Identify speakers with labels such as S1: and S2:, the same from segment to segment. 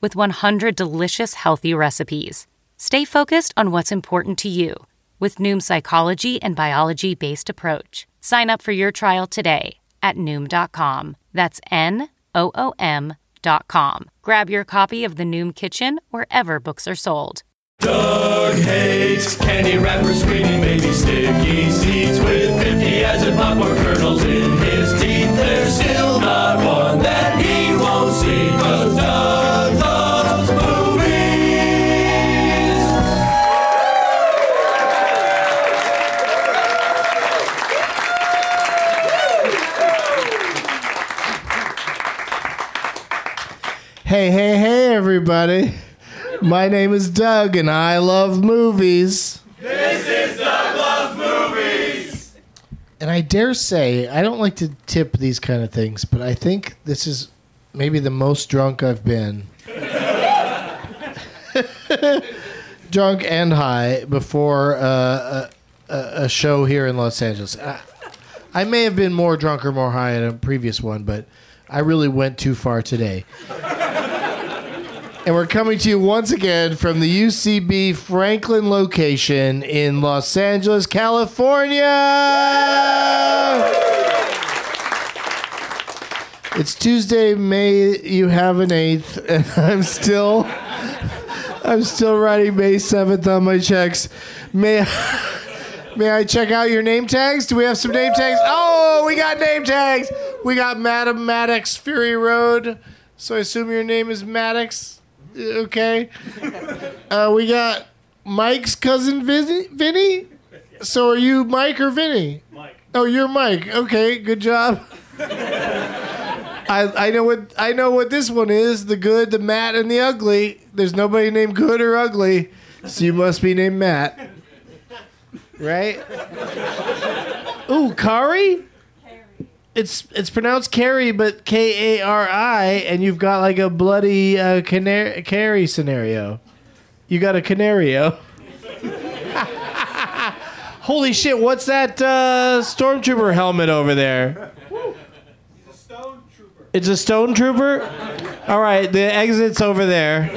S1: with 100 delicious healthy recipes. Stay focused on what's important to you with Noom's psychology and biology based approach. Sign up for your trial today at Noom.com. That's N O O M.com. Grab your copy of the Noom Kitchen wherever books are sold.
S2: Doug hates candy wrappers, screaming baby sticky seeds with 50 as and popcorn kernels in his teeth. There's still not one that he won't see, cause Doug loves movies.
S3: Hey, hey, hey, everybody. My name is Doug and I love movies. This is Doug Loves Movies. And I dare say, I don't like to tip these kind of things, but I think this is maybe the most drunk I've been. drunk and high before uh, a, a, a show here in Los Angeles. I, I may have been more drunk or more high at a previous one, but I really went too far today. And we're coming to you once again from the UCB Franklin location in Los Angeles, California. It's Tuesday, May you have an eighth, and I'm still I'm still writing May 7th on my checks. May May I check out your name tags? Do we have some name tags? Oh, we got name tags. We got Madam Maddox Fury Road. So I assume your name is Maddox. Uh, Okay. Uh, we got Mike's cousin Vin- Vinny. So are you Mike or Vinny? Mike. Oh, you're Mike. Okay, good job. I, I know what I know what this one is. The good, the Matt, and the ugly. There's nobody named good or ugly, so you must be named Matt, right? Ooh, Kari. It's it's pronounced Carrie, but K A R I, and you've got like a bloody uh, canar- Carrie scenario. You got a canario. Holy shit, what's that uh, stormtrooper helmet over there? It's a stone trooper? All right, the exit's over there.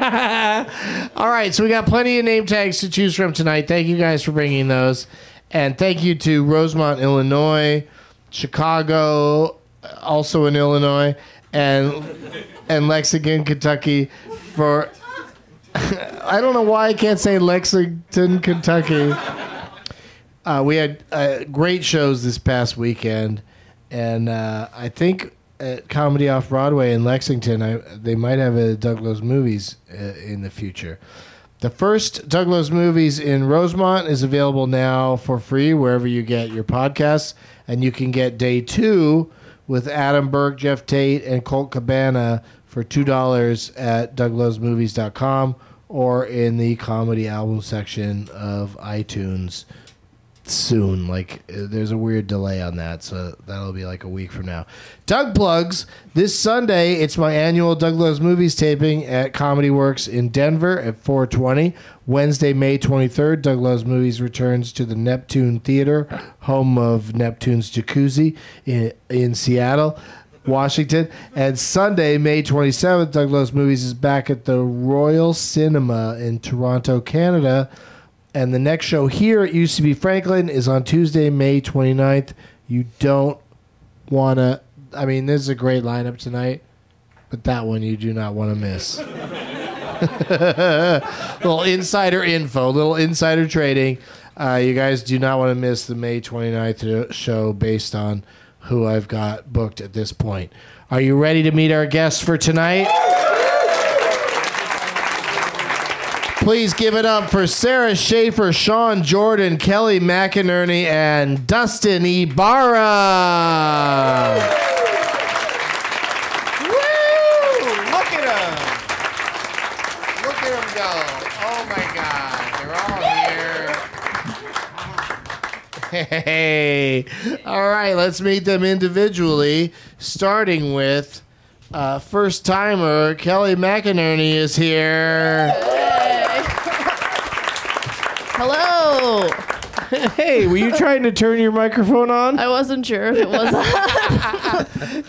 S3: All right, so we got plenty of name tags to choose from tonight. Thank you guys for bringing those. And thank you to Rosemont, Illinois, Chicago, also in Illinois, and and Lexington, Kentucky for I don't know why I can't say Lexington, Kentucky. Uh, we had uh, great shows this past weekend, and uh, I think at Comedy Off Broadway in Lexington, I, they might have a Douglas Movies uh, in the future. The first Douglas Movies in Rosemont is available now for free wherever you get your podcasts, and you can get day two with Adam Burke, Jeff Tate, and Colt Cabana for two dollars at douglasmovies.com or in the comedy album section of iTunes soon. Like uh, there's a weird delay on that, so that'll be like a week from now. Doug plugs this Sunday. It's my annual Doug Loves Movies taping at Comedy Works in Denver at 4:20. Wednesday, May 23rd, Doug Loves Movies returns to the Neptune Theater, home of Neptune's Jacuzzi in, in Seattle. Washington. And Sunday, May 27th, Doug Loves Movies is back at the Royal Cinema in Toronto, Canada. And the next show here at UCB Franklin is on Tuesday, May 29th. You don't want to. I mean, this is a great lineup tonight, but that one you do not want to miss. little insider info, little insider trading. Uh, you guys do not want to miss the May 29th show based on who I've got booked at this point. Are you ready to meet our guests for tonight? Please give it up for Sarah Schaefer, Sean Jordan, Kelly McInerney, and Dustin Ibarra.
S4: Woo! Look at them! Look at them go! Oh my God! They're all here.
S3: Hey. All right, let's meet them individually, starting with uh, first timer Kelly McInerney is here.
S5: Hello.
S3: Hey, were you trying to turn your microphone on?
S5: I wasn't sure if it was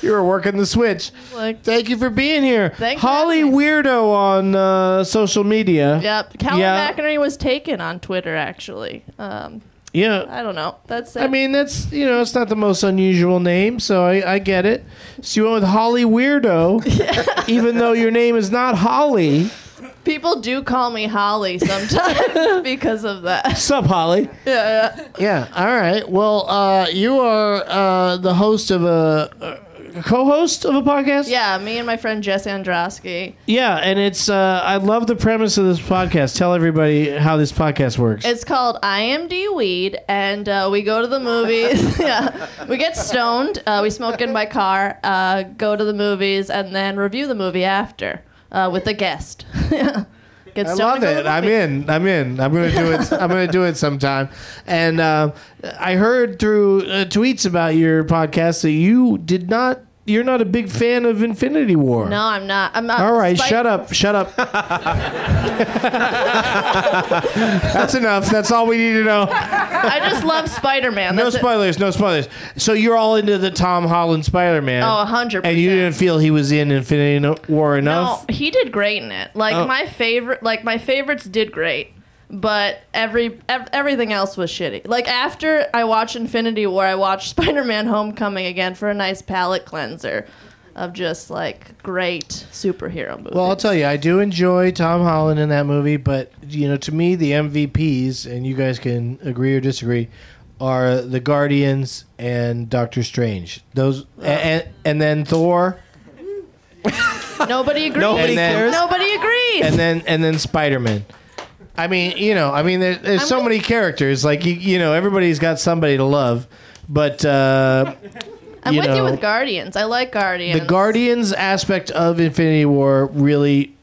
S3: You were working the switch.
S5: like
S3: Thank you for being here.
S5: Thanks for
S3: Holly
S5: having
S3: Weirdo on uh, social media.
S5: Yep. Callum
S3: Yeah.
S5: McInerney was taken on Twitter actually. Um,
S3: Yeah.
S5: I don't know. That's it.
S3: I mean, that's, you know, it's not the most unusual name, so I, I get it. So you went with Holly Weirdo, even though your name is not Holly.
S5: people do call me Holly sometimes because of that.
S3: Sup, Holly?
S5: Yeah, yeah.
S3: Yeah. All right. Well, uh, you are uh, the host of a, a co-host of a podcast.
S5: Yeah, me and my friend Jess Androsky.
S3: Yeah, and it's uh, I love the premise of this podcast. Tell everybody how this podcast works.
S5: It's called I Am D Weed, and uh, we go to the movies. yeah, we get stoned. Uh, we smoke in my car. Uh, go to the movies, and then review the movie after uh, with a guest. yeah. Get
S3: I
S5: stoned
S3: love
S5: and go to
S3: it.
S5: the
S3: I'm
S5: movies.
S3: in. I'm in. I'm gonna do it. I'm gonna do it sometime. And uh, I heard through uh, tweets about your podcast that you did not. You're not a big fan of Infinity War.
S5: No, I'm not. I'm not.
S3: All right,
S5: Spike-
S3: shut up, shut up. That's enough. That's all we need to know.
S5: I just love Spider Man.
S3: No spoilers, no spoilers. So you're all into the Tom Holland Spider Man.
S5: Oh, 100%.
S3: And you didn't feel he was in Infinity No- War
S5: No,
S3: enough?
S5: he did great in it. Like
S3: Oh.
S5: my favorite, like my favorites did great, but every ev- everything else was shitty. Like after I watched Infinity War, I watched Spider Man Homecoming again for a nice palate cleanser of just like great superhero movies.
S3: Well, I'll tell you, I do enjoy Tom Holland in that movie, but you know, to me, the MVPs, and you guys can agree or disagree, are the Guardians and Doctor Strange. Those, and, and then Thor,
S5: nobody agrees.
S3: Nobody
S5: Nobody,
S3: cares.
S5: agrees.
S3: and then and then Spider Man. I mean, you know, I mean, there, there's so
S5: with-
S3: many characters. Like you, you know, everybody's got somebody to love, but. Uh,
S5: I'm
S3: you
S5: with you
S3: know-
S5: with Guardians. I like Guardians.
S3: The Guardians aspect of Infinity War really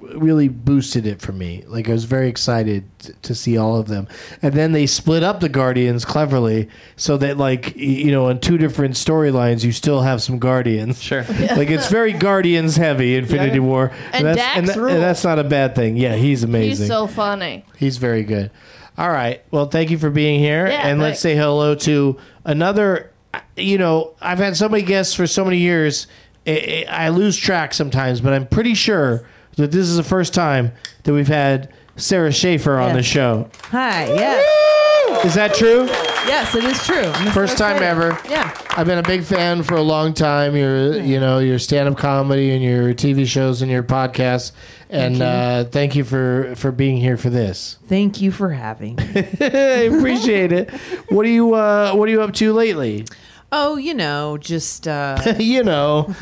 S3: really boosted it for me. Like I was very excited t- to see all of them, and then they split up the Guardians cleverly so that like y- you know on two different storylines you still have some Guardians.
S6: Sure.
S3: like it's very Guardians heavy Infinity
S6: Yeah.
S3: War,
S5: And Dax
S3: and,
S5: rules.
S3: and that's not a bad thing. Yeah, he's amazing.
S5: He's so funny.
S3: He's very good. All right. Well, thank you for being here.
S5: Yeah,
S3: and let's
S5: thanks.
S3: say hello to another. You know, I've had so many guests for so many years, I, I I lose track sometimes, but I'm pretty sure that this is the first time that we've had Sarah Schaefer on
S7: Yeah.
S3: the show.
S7: Hi. Yes.
S3: Is that true?
S7: Yes, it is true. I'm
S3: First
S7: so
S3: time
S7: excited.
S3: ever.
S7: Yeah.
S3: I've been a big fan for a long time. Your, you know, your stand-up comedy and your TV shows and your podcasts. And uh, thank you for for being here for this.
S7: Thank you for having. me.
S3: appreciate it. What are you uh, What are you up to lately?
S7: Oh, you know, just uh,
S3: you know,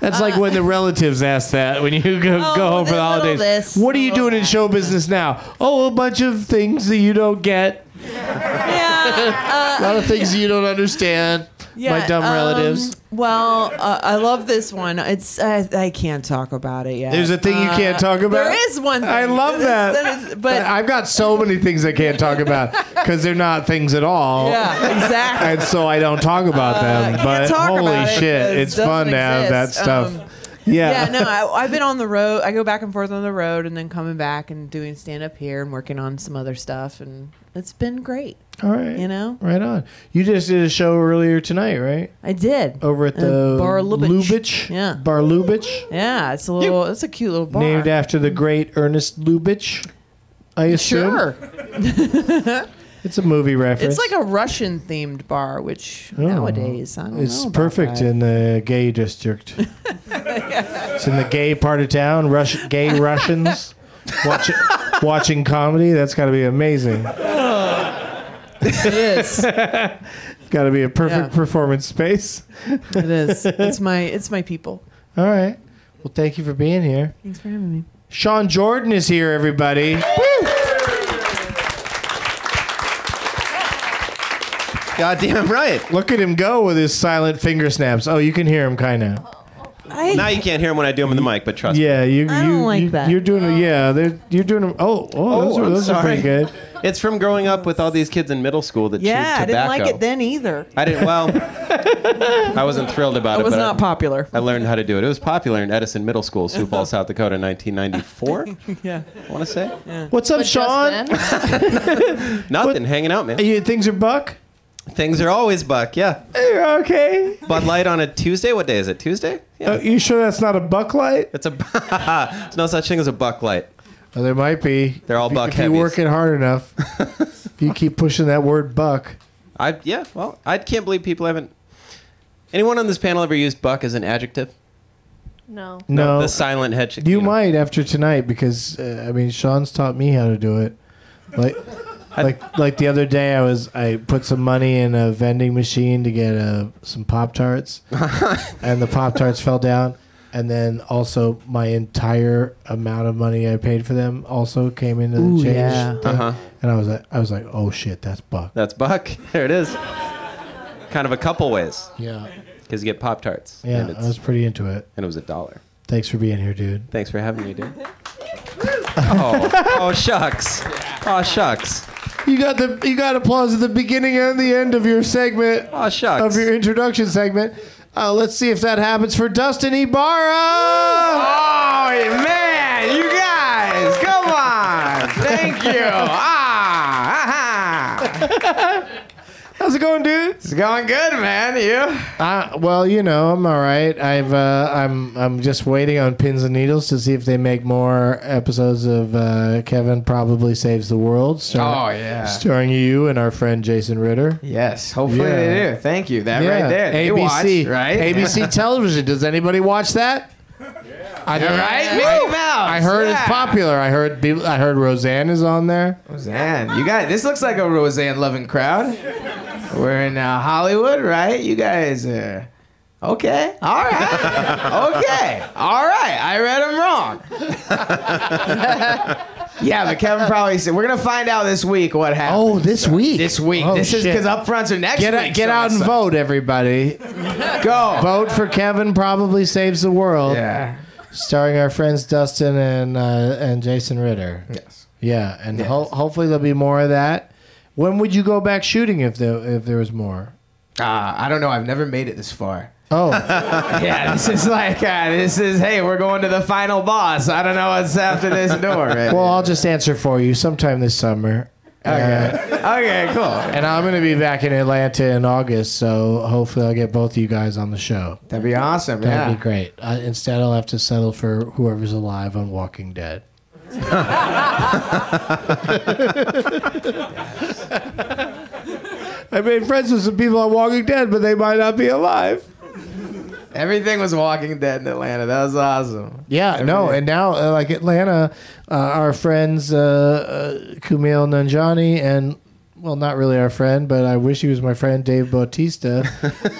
S3: that's like when the relatives ask that when you go,
S7: Oh,
S3: go home for the
S7: little
S3: holidays.
S7: this,
S3: what are you
S7: little
S3: doing in
S7: that.
S3: show business now? Oh, a bunch of things that you don't get. Yeah, a lot of things you don't understand. my dumb
S7: um,
S3: relatives.
S7: Well, uh, I love this one. It's I, I can't talk about it yet.
S3: There's a thing you can't
S7: Uh,
S3: talk about.
S7: There is one. Thing.
S3: I love that.
S7: That is- but
S3: I've got so many things I can't talk about because they're not things at all.
S7: yeah, exactly.
S3: and so I don't talk about them.
S7: Uh, can't
S3: but
S7: talk
S3: holy
S7: about it
S3: shit,
S7: 'cause
S3: it's
S7: it
S3: fun to have that
S7: doesn't
S3: stuff.
S7: exist. Um,
S3: yeah.
S7: yeah, no, I, I've been on the road. I go back and forth on the road, and then coming back and doing stand up here and working on some other stuff, and it's been great.
S3: All right.
S7: You know?
S3: Right on. You just did a show earlier tonight, right?
S7: I did
S3: Over at
S7: Uh,
S3: the
S7: Bar Lubitsch.
S3: Lubitsch?
S7: Yeah,
S3: Bar Lubitsch,
S7: yeah. It's a little. It's a cute little bar.
S3: named after the great Ernest Lubitsch. I assume
S7: Sure,
S3: it's a movie reference.
S7: it's like a Russian themed bar, which nowadays I don't
S3: Oh, It's
S7: know about
S3: perfect
S7: that.
S3: in the gay district. It's in the gay part of town. Rush, gay Russians watching watching comedy. That's got to be amazing.
S7: It is.
S3: Got to be a perfect
S7: Yeah.
S3: performance space.
S7: It is. It's my. It's my people.
S3: All right. Well, thank you for being here.
S7: Thanks for having me.
S3: Sean Jordan is here, everybody.
S6: Goddamn right.
S3: Look at him go with his silent finger snaps. Oh, you can hear him kind of.
S7: I
S6: Now you can't hear him when I do him in the mic, but trust me.
S3: Yeah, you.
S7: I
S3: you,
S7: don't like
S3: you,
S7: that. Oh.
S3: You're doing. a- Yeah, they're, you're doing. a- Oh, oh, those, are,
S6: I'm
S3: those are pretty
S6: sorry.
S3: good.
S6: It's from growing up with all these kids in middle school that
S7: yeah,
S6: chewed
S7: I didn't
S6: tobacco.
S7: like it then either.
S6: I didn't. Well, I wasn't thrilled about
S7: It
S6: it.
S7: was
S6: but I-
S7: not popular.
S6: I learned how to do it. It was popular in Edison Middle School, Sioux Falls, South Dakota, in 1994.
S7: Yeah.
S6: I want to say
S3: What's up, Sean?
S5: Just then.
S6: nothing. Hanging out, man.
S3: You, things are buck.
S6: Things are always buck. Yeah.
S3: You're okay.
S6: Bud Light on a Tuesday. What day is it? Tuesday? Yeah.
S3: Uh, you sure that's not a buck light?
S6: It's a. There's no such thing as a buck light.
S3: Oh, there might be.
S6: They're all
S3: if you,
S6: buck
S3: If you're
S6: heavies.
S3: working hard enough, if you keep pushing that word buck.
S6: I yeah. Well, I can't believe people haven't. Anyone on this panel ever used buck as an adjective?
S5: No.
S3: No,
S6: The silent hedge.
S3: you
S6: know.
S3: might after tonight because uh, I mean Sean's taught me how to do it. Like, like, like the other day I was I put some money in a vending machine to get uh, some pop tarts, and the pop tarts fell down. And then also my entire amount of money I paid for them also came into the
S7: Ooh,
S3: change.
S7: yeah.
S3: thing.
S6: Uh-huh.
S3: And I was like, I was like, oh shit, that's buck.
S6: That's buck. There it is. Kind of a couple ways
S3: Yeah,
S6: because you get pop tarts.
S3: yeah,
S6: And,
S3: I
S6: it's-
S3: was pretty into it.
S6: and it was a dollar.
S3: Thanks for being here, dude.
S6: Thanks for having me, dude. Oh, oh shucks. Oh shucks.
S3: You got the you got applause at the beginning and the end of your segment
S6: Oh shucks.
S3: of your introduction segment. Uh, let's see if that happens for Dustin Ibarra.
S4: Oh man, you guys, come on! Thank you. Ah, aha.
S3: How's it going, dude?
S4: it's going good, man. You?
S3: Uh, well, you know, I'm all right. I've uh, I'm I'm just waiting on pins and needles to see if they make more episodes of uh, Kevin probably saves the world. Star-
S4: Oh, yeah.
S3: starring you and our friend Jason Ritter.
S4: Yes. Hopefully
S3: Yeah.
S4: they do. Thank you. That right there. They
S3: ABC,
S4: watch, right?
S3: ABC television. Does anybody watch that? I
S4: All
S3: don't-
S4: right. Mickey Mouse.
S3: I heard it's popular. I heard people, I heard Roseanne is on there.
S4: Roseanne, you guys. This looks like a Roseanne loving crowd. We're in uh, Hollywood, right? You guys are. Okay. All right. Okay. All right. I read him wrong. yeah, but Kevin probably said we're gonna find out this week what happened.
S3: Oh, this week.
S4: This week.
S3: Oh,
S4: this is
S3: shit.
S4: because upfronts are next
S3: Get
S4: week.
S3: out, get
S4: so
S3: out and
S4: it's
S3: vote, everybody.
S4: like, Go.
S3: Vote for Kevin. Probably saves the world.
S4: Yeah.
S3: starring our friends Dustin and uh, and Jason Ritter.
S4: Yes.
S3: Yeah, and ho- hopefully there'll be more of that. When would you go back shooting if there if there was more?
S4: Uh, I don't know. I've never made it this far.
S3: Oh,
S4: Yeah, this is like uh, this is. Hey, we're going to the final boss. I don't know what's after this door. man.
S3: well, I'll just answer for you sometime this summer. Okay.
S4: okay, cool.
S3: and I'm going to be back in Atlanta in August, so hopefully I'll get both of you guys on the show.
S4: That'd be awesome.
S3: That'd
S4: yeah.
S3: be great. Uh, instead, I'll have to settle for whoever's alive on Walking Dead. I made friends with some people on Walking Dead, but they might not be alive.
S4: Everything was Walking Dead in Atlanta. That was awesome.
S3: Yeah, no, and now uh, like Atlanta, uh, our friends uh, uh, Kumail Nanjani and well, not really our friend, but I wish he was my friend, Dave Bautista,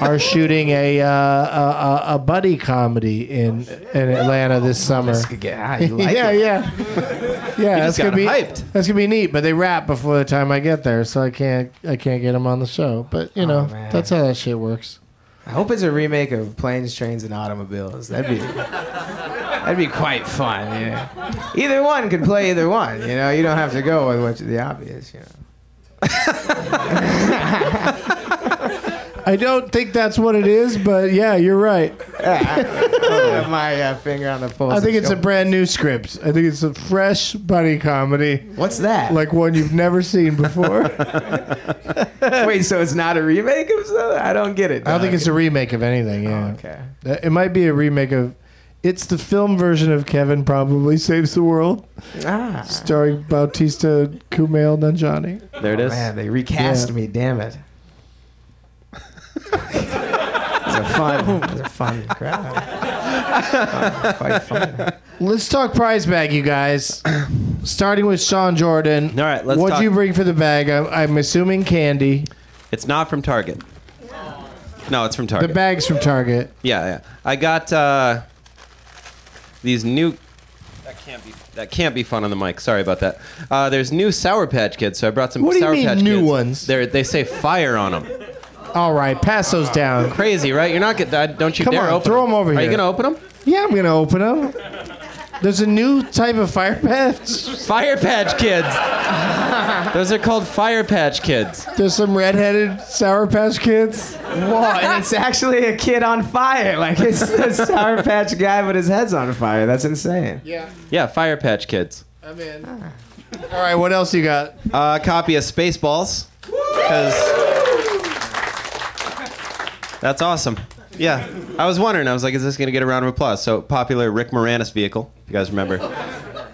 S3: are shooting a, uh, a a- a buddy comedy in in Atlanta this summer.
S4: Yeah, you like
S3: yeah,
S4: it.
S3: yeah, yeah. That's
S6: got
S3: gonna be
S6: hyped.
S3: that's gonna be neat. But they rap before the time I get there, so I can't I can't get them on the show. But you know,
S4: man.
S3: that's how that shit works.
S4: I hope it's a remake of Planes, Trains, and Automobiles. That'd be that'd be quite fun. Yeah. Either one could play either one. You know, you don't have to go with what's the obvious. You know.
S3: I don't think that's what it is, but yeah, you're right.
S4: Have my uh, finger on the pulse.
S3: I
S4: and
S3: think it's a
S4: show-
S3: brand new script. I think it's a fresh buddy comedy,
S4: What's that?
S3: like one you've never seen before. I
S4: wait, so it's not a remake of something? I don't get it.
S3: don't think
S4: dog.
S3: it's a remake of anything. Yeah,
S6: Oh,
S4: okay.
S3: That- Uh, It might be a remake of. It's the film version of Kevin probably saves the world,
S4: Ah,
S3: starring Bautista Kumail Nanjiani.
S6: There it is.
S4: Oh, man, they recast
S3: Yeah.
S4: me. Damn it. it's a fun, it's a fun crowd. Uh, quite fun.
S3: Let's talk prize bag, you guys. Starting with Sean Jordan.
S6: All right, let's
S3: What'd
S6: talk-
S3: you bring for the bag? I'm, I'm assuming candy.
S6: It's not from Target. No, it's from
S3: The
S6: Target.
S3: bag's from Target.
S6: yeah, yeah. I got uh, these new. That can't be. That can't be fun on the mic. Sorry about that. Uh, there's new Sour Patch Kids, so I brought some
S3: What do you
S6: Sour
S3: mean,
S6: Patch
S3: new
S6: Kids.
S3: ones?
S6: They're, they say fire on them.
S3: All right, pass those down.
S6: Crazy, right? You're not get that. Don't you
S3: Come
S6: dare
S3: on,
S6: open
S3: throw
S6: 'em.
S3: 'em over
S6: Are
S3: here.
S6: you gonna open them?
S3: Yeah, I'm gonna open them. There's a new type of fire patch.
S6: Fire Patch Kids. Those are called Fire Patch Kids.
S3: There's some redheaded Sour Patch Kids.
S4: Whoa, and it's actually a kid on fire. Like it's the Sour Patch guy, but his head's on fire. That's insane.
S6: Yeah, Fire Patch Kids.
S3: I'm in. All right, what else you got?
S6: Uh, copy of Spaceballs. Because that's awesome. Yeah, I was wondering. I was like, is this going to get a round of applause? So popular Rick Moranis vehicle. If you guys remember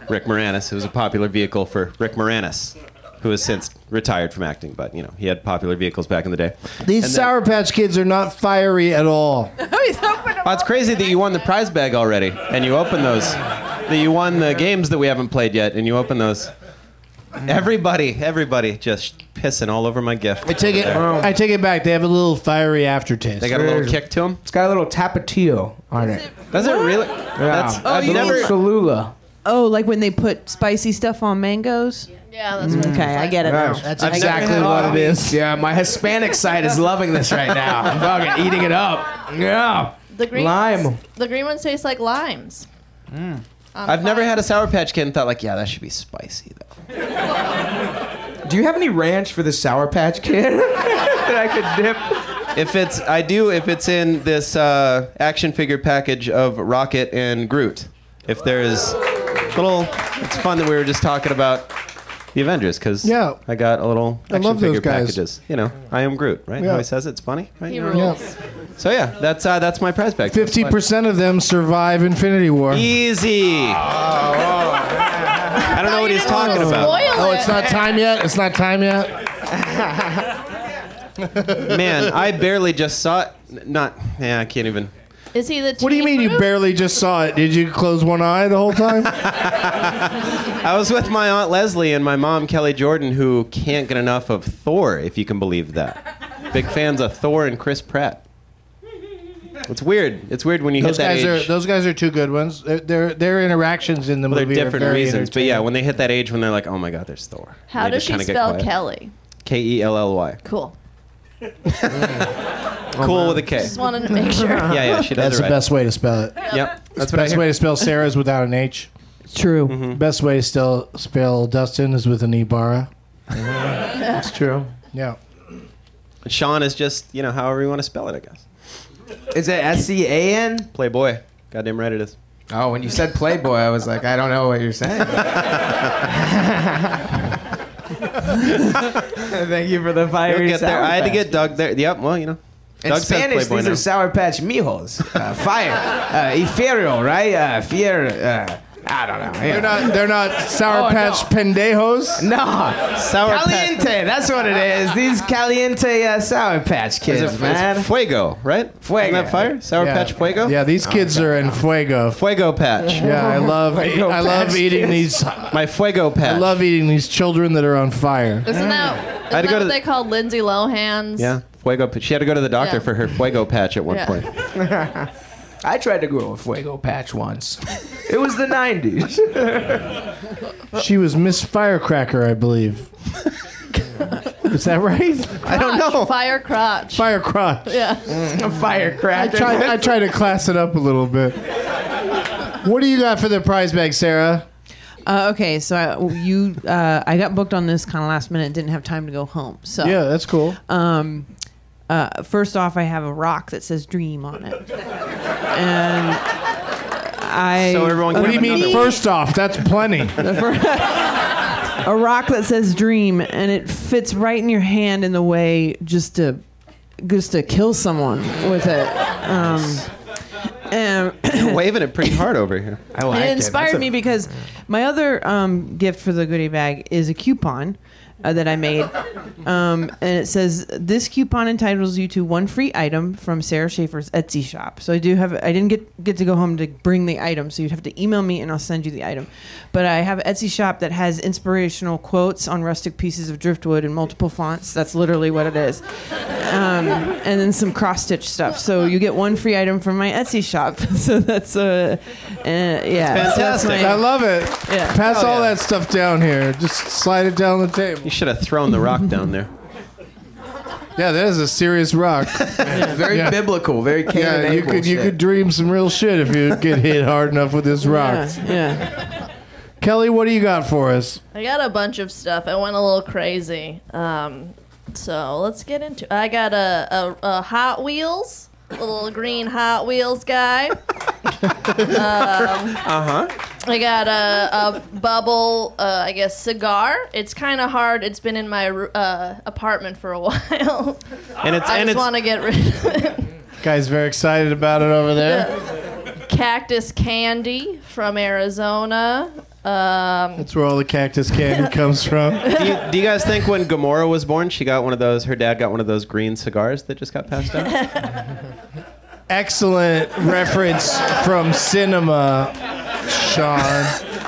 S6: Rick Moranis, it was a popular vehicle for Rick Moranis, who has since retired from acting. But you know, he had popular vehicles back in the day.
S3: These
S6: And then-
S3: Sour Patch Kids are not fiery at all.
S7: Oh,
S6: Well, it's crazy that you won the prize bag already, and you opened those. That you won the games that we haven't played yet, and you opened those. Everybody, everybody, just pissing all over my gift.
S3: I take it. I take it back. They have a little fiery aftertaste.
S6: They got a little kick to them.
S4: It's got a little tapatio on it.
S6: Does it really? That's,
S7: Oh,
S6: I've
S7: you
S6: never.
S7: mean-
S4: Cholula.
S7: Oh, like when they put spicy stuff on mangoes?
S5: Yeah, that's what
S7: Okay, I get it now.
S3: That's
S6: I've never
S3: exactly
S6: had
S3: what it
S6: all
S3: is.
S4: Yeah, my Hispanic side is loving this right now. I'm fucking eating it up. Yeah.
S5: the green
S4: Lime.
S5: The green ones taste like limes.
S6: I've never had a Sour Patch Kid and thought like, yeah, that should be spicy though.
S4: Do you have any ranch for the Sour Patch Kid that I could dip?
S6: If it's, I do. If it's in this uh, action figure package of Rocket and Groot, if there is little, it's fun that we were just talking about the Avengers because
S3: Yeah.
S6: I got a little action
S3: love those
S6: figure
S3: guys.
S6: packages. You know, I am Groot, right?
S3: Yeah.
S6: How he says it's funny, right?
S5: He
S6: You know?
S5: rules.
S6: So yeah, that's uh, that's my prize bag.
S3: Fifty percent of them survive Infinity War.
S6: Easy. I don't know what he's talking about.
S5: Spoil
S3: Oh,
S5: it.
S3: it's not time yet. It's not time yet.
S6: Man, I barely just saw it. N- Not, yeah, I can't even.
S5: Is he the?
S3: What do you mean you barely just saw it? Did you close one eye the whole time?
S6: I was with my aunt Leslie and my mom Kelly Jordan, who can't get enough of Thor, if you can believe that. Big fans of Thor and Chris Pratt. It's weird. It's weird when you
S3: Those
S6: hit that
S3: guys
S6: age.
S3: are those guys are two good ones. Their their, their interactions in the
S6: well,
S3: movie
S6: they're different
S3: are very
S6: reasons, but yeah, when they hit that age, when they're like, "Oh my God, there's Thor."
S5: How
S6: they
S5: does she
S6: just kinda get
S3: Oh,
S5: spell
S6: quiet.
S5: Kelly?
S6: K e l l y.
S5: Cool.
S6: cool with a K.
S5: Just wanted to make sure.
S6: Yeah, yeah, she does
S3: That's
S6: it
S3: the
S6: right.
S3: best way to spell it.
S6: Yep, that's what I
S3: Best
S6: hear.
S3: way to spell Sarah is without an H.
S7: True.
S4: Mm-hmm.
S6: Hmm.
S3: Best way to still spell Dustin is with an Ibarra.
S4: That's true.
S3: Yeah.
S6: Sean is just you know however you want to spell it, I guess.
S4: Is it S C A N?
S6: Playboy, goddamn right it is.
S4: Oh, when you said Playboy, I was like, I don't know Oh, what you're saying. Thank you for the
S6: You'll
S4: fiery
S6: get there.
S4: Sour
S6: I had to
S4: Patch.
S6: get Doug there. Yep. Well, you know,
S4: In
S6: Doug says
S4: Spanish,
S6: Playboy
S4: these
S6: now.
S4: are Sour Patch Mijos. Uh, fire. Uh, inferior, right? Uh, fear. Uh, I don't know. Yeah.
S3: They're not. They're not sour
S4: Oh,
S3: patch pendejos.
S4: No,
S6: Sour Patch-
S4: caliente. That's what it is. These caliente uh, sour patch
S6: Is
S4: kids,
S6: it- is it
S4: man.
S6: Fuego, right?
S4: Fuego.
S6: Isn't that fire? Sour
S3: Yeah.
S6: Patch Fuego. Oh,
S3: Yeah, these kids are in fuego.
S6: Fuego Patch.
S3: Yeah, I love.
S4: Fuego
S3: I love
S4: patch
S3: eating
S4: kids.
S3: these.
S6: My Fuego Patch.
S3: I love eating these children that are on fire.
S5: Isn't that, isn't
S6: had
S5: that
S6: to go
S5: what
S6: to the-
S5: they call Lindsay Lohan's?
S6: Yeah. Fuego. Patch. She had to go to the doctor
S5: Yeah.
S6: for her Fuego Patch at one
S5: Yeah.
S6: point.
S4: I tried to grow a fuego patch once. It was the '90s.
S3: She was Miss Firecracker, I believe. Is that right?
S6: I don't
S5: Crotch,
S6: know.
S5: Fire crotch.
S3: Firecrotch.
S5: Yeah.
S4: a
S3: I
S4: firecracker.
S3: tried. I tried to class it up a little bit. What do you got for the prize bag, Sarah?
S7: Uh, okay, so I, you, uh, I got booked on this kind of last minute. Didn't have time to go home. So
S3: Yeah, that's cool.
S7: Um, uh, first off, I have a rock that says "Dream" on it, and I
S6: So everyone can
S3: What do you
S6: have another
S3: mean?
S6: one.
S3: First off, that's plenty.
S7: a rock that says "Dream," and it fits right in your hand in the way just to just to kill someone with it. Um, and
S6: You're waving it pretty hard over here.
S4: I like
S7: it
S4: it.
S7: inspired
S4: That's a-
S7: me because my other um, gift for the goodie bag is a coupon uh, that I made, um, and it says this coupon entitles you to one free item from Sarah Schaefer's Etsy shop. So I do have I didn't get get to go home to bring the item, so you'd have to email me and I'll send you the item. But I have an Etsy shop that has inspirational quotes on rustic pieces of driftwood in multiple fonts. That's literally what it is and then some cross stitch stuff. So you get one free item from my Etsy shop. So that's a, uh, yeah. So that's
S6: fantastic.
S7: my-
S3: I love it.
S7: Yeah.
S3: Pass all
S6: yeah.
S3: that stuff down here. Just slide it down the table.
S6: You should have thrown the rock down there.
S3: Yeah, that is a serious rock.
S4: very
S3: Yeah.
S4: biblical, very Cain
S3: Yeah,
S4: and
S3: you
S4: Abel
S3: could you
S4: shit.
S3: could dream some real shit if you get hit hard enough with this rock.
S7: yeah, yeah.
S3: Kelly, what do you got for us?
S5: I got a bunch of stuff. I went a little crazy. Um, so let's get into I got a, a, a Hot Wheels, little green Hot Wheels guy. um, uh-huh.
S6: Uh-huh.
S5: I got a, a bubble, uh, I guess, cigar. It's kind of hard. It's been in my ro- uh, apartment for a while.
S6: And it's
S5: I just
S6: and it's
S5: want to get rid of it.
S3: Guy's very excited about it over there.
S5: Cactus Candy from Arizona. Um,
S3: That's where all the cactus candy comes from.
S6: do you, do you guys think when Gamora was born, she got one of those? Her dad got one of those green cigars that just got passed out.
S3: Excellent reference from cinema, Sean.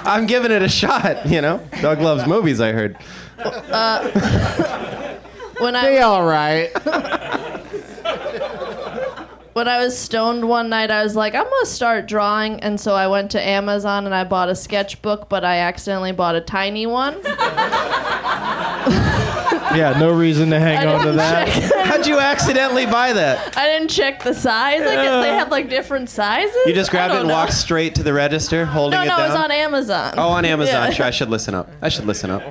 S6: I'm giving it a shot. You know, Doug loves movies. I heard.
S5: when I
S3: They all right.
S5: when I was stoned one night, I was like, I'm gonna start drawing, and so I went to Amazon and I bought a sketchbook, but I accidentally bought a tiny one.
S3: Yeah, no reason to hang on to that.
S6: How'd you accidentally buy that?
S5: I didn't check the size. I guess they had like different sizes.
S6: You just grabbed
S5: I don't
S6: it and
S5: know.
S6: walked straight to the register, holding
S5: No,
S6: it
S5: no,
S6: down.
S5: it was on Amazon.
S6: Oh, on Amazon.
S5: Yeah.
S6: Sure, I should listen up. I should listen up.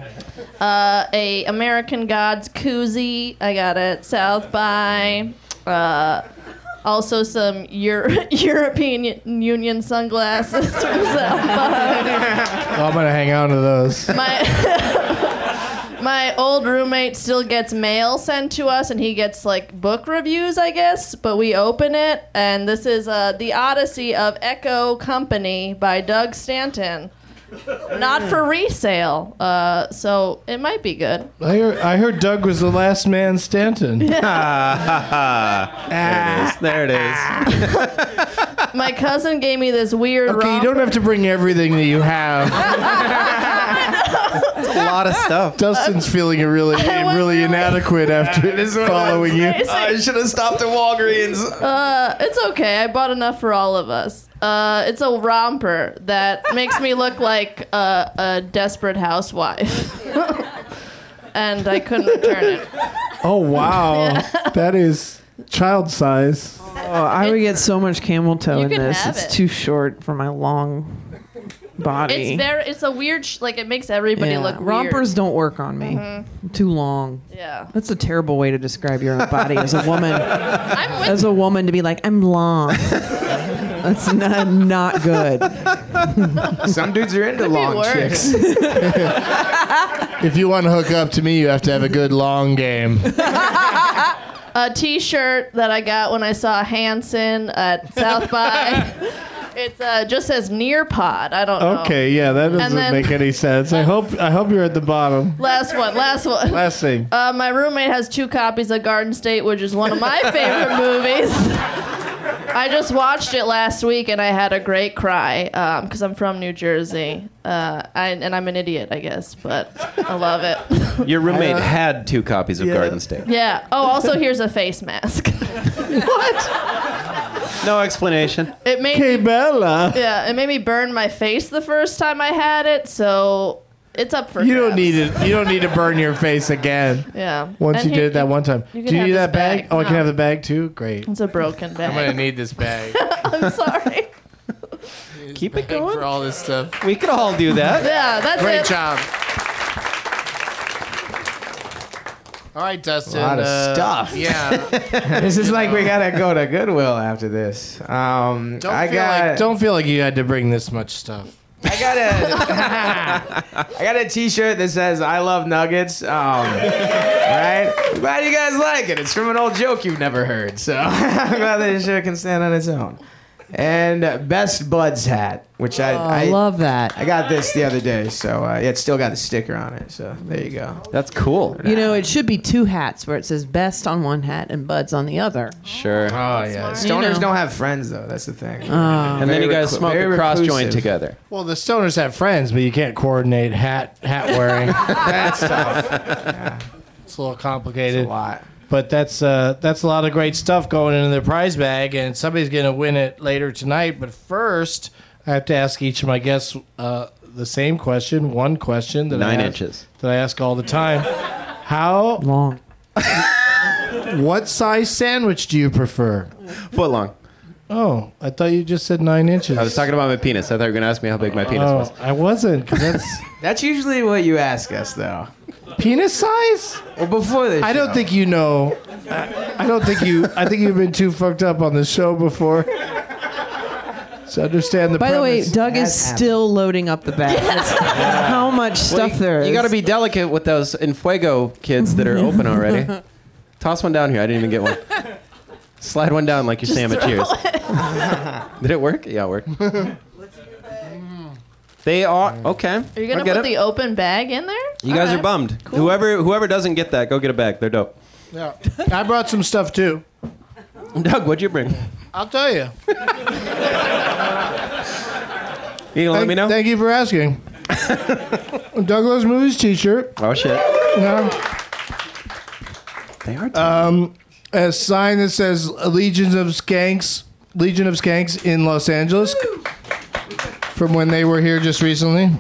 S5: a American Gods koozie. I got it. South by. Uh, also some Euro- European Union sunglasses from South by.
S3: Well, I'm gonna hang on to those.
S5: My my old roommate still gets mail sent to us, and he gets like book reviews, I guess. But we open it, and this is uh, the Odyssey of Echo Company by Doug Stanton. Not for resale, uh, so it might be good.
S3: I heard, I heard Doug was the last man Stanton.
S6: There it is.
S5: Ah. My cousin gave me this weird.
S3: Okay, you don't
S5: romper.
S3: have to bring everything that you have.
S6: It's a lot of stuff.
S3: Dustin's feeling really
S5: went
S3: really
S5: really-
S3: inadequate after following you.
S5: Crazy.
S6: should have stopped at Walgreens.
S5: Uh, it's okay. I bought enough for all of us. Uh, it's a romper that makes me look like a, a desperate housewife. and I couldn't return it.
S3: Oh wow, that is child size.
S7: Oh, I would get so much camel toe
S5: You
S7: in
S5: can
S7: this.
S5: have
S7: It's
S5: it.
S7: too short for my long body.
S5: It's very. It's a weird. Sh- like it makes everybody
S7: Yeah.
S5: look weird. Mm-hmm.
S7: Rompers don't work on me. Too long.
S5: Yeah.
S7: That's a terrible way to describe your own body as a woman.
S5: I'm with
S7: As a woman to be like, I'm long. That's not not good.
S4: Some dudes are into
S5: Could be
S4: long
S5: worse.
S4: chicks.
S3: If you want to hook up to me, you have to have a good long game.
S5: a T-shirt that I got when I saw Hanson at South by. It's uh, just says Nearpod. I don't know.
S3: Okay, yeah, that doesn't
S5: then-
S3: make any sense. I hope I hope you're at the bottom.
S5: Last one. Last one.
S3: Last thing.
S5: Uh, my roommate has two copies of Garden State, which is one of my favorite movies. I just watched it last week and I had a great cry because I'm from New Jersey. Uh, I, and I'm an idiot, I guess, but I love it.
S6: Your roommate had two copies of Garden State.
S5: yeah. Oh, also, here's a face mask. what?
S6: No explanation.
S5: It made
S3: Hey
S5: me,
S3: Bella,
S5: yeah, it made me burn my face the first time I had it, so it's up for
S3: you don't
S5: grabs.
S3: need it. You don't need to burn your face again.
S5: Yeah.
S3: Once
S5: And
S3: you
S5: here-
S3: did it that one time.
S5: you
S3: Do
S5: can
S3: you
S5: have
S3: need
S5: this
S3: that bag?
S5: bag.
S3: Oh, I can
S5: No.
S3: have the bag too. Great.
S5: It's a broken bag.
S3: I'm gonna need this bag.
S5: I'm sorry.
S6: Keep it
S3: Thank you for
S6: going.
S3: all this stuff.
S6: We could all do that.
S5: Yeah, that's
S3: Great
S5: it.
S3: job. All right, Dustin.
S4: Lot of
S3: uh,
S4: stuff.
S3: Yeah.
S4: This is like we gotta go to Goodwill after this. Um,
S3: Don't
S4: I
S3: feel
S4: got
S3: like don't feel like you had to bring this much stuff.
S4: I got a I got a T-shirt that says "I love nuggets." Um, right? Glad you guys like it. It's from an old joke you've never heard, so I'm glad this shirt can stand on its own. And best buds hat, which I
S3: Oh,
S7: I,
S4: I,
S7: love that.
S4: I got this the other day, so uh, yeah, it's still got the sticker on it. So there you go.
S6: That's cool.
S7: You know, it should be two hats where it says best on one hat and buds on the other.
S6: Sure.
S4: Oh yeah, stoners
S7: You know. Oh.
S4: don't have friends though. That's the thing.
S6: and then you guys
S4: reclu-
S6: smoke
S4: very
S6: a cross joint
S4: reclusive.
S6: together.
S3: Well, the stoners have friends, but you can't coordinate hat hat wearing.
S4: That's tough.
S3: it's a little
S4: a
S3: complicated.
S4: lot.
S3: But that's uh, that's a lot of great stuff going into the prize bag, and somebody's going to win it later tonight. But first, I have to ask each of my guests uh, the same question, one question that I
S6: Nine
S3: ask-
S6: inches.
S3: that I ask all the time. How
S7: Long.
S3: what size sandwich do you prefer?
S6: Foot long.
S3: Oh, I thought you just said nine inches.
S6: I was talking about my penis. I thought you were going to ask me how big my penis was.
S3: Oh, I wasn't. 'cause that's
S4: That's usually what you ask us though.
S3: penis size.
S4: Well, before this,
S3: I don't
S4: show.
S3: think you know. I, I don't think you. I think you've been too fucked up on the show before. So understand the.
S7: By the way,
S3: premise.
S7: Doug is
S4: has happened.
S7: still loading up the bag. That's how much stuff there is.
S6: You got to be delicate with those Enfuego kids that are open already. Toss one down here. I didn't even get one. Slide one down like your Sam at Cheers. Did it work? Yeah, it worked. They are okay.
S5: Are you gonna
S6: I get
S5: put
S6: it.
S5: the open bag in there?
S6: You guys
S5: Alright.
S6: are bummed. Whoever whoever doesn't get that, go get a bag. They're dope.
S3: Yeah. I brought some stuff too.
S6: Doug, what'd you bring?
S3: I'll tell you.
S6: You gonna let me know?
S3: Thank you for asking. Doug loves movies T-shirt.
S6: oh shit. Uh,
S3: Yeah.
S6: They are.
S3: A sign that says "Legions of Skanks," Legion of Skanks in Los Angeles, from when they were here just recently.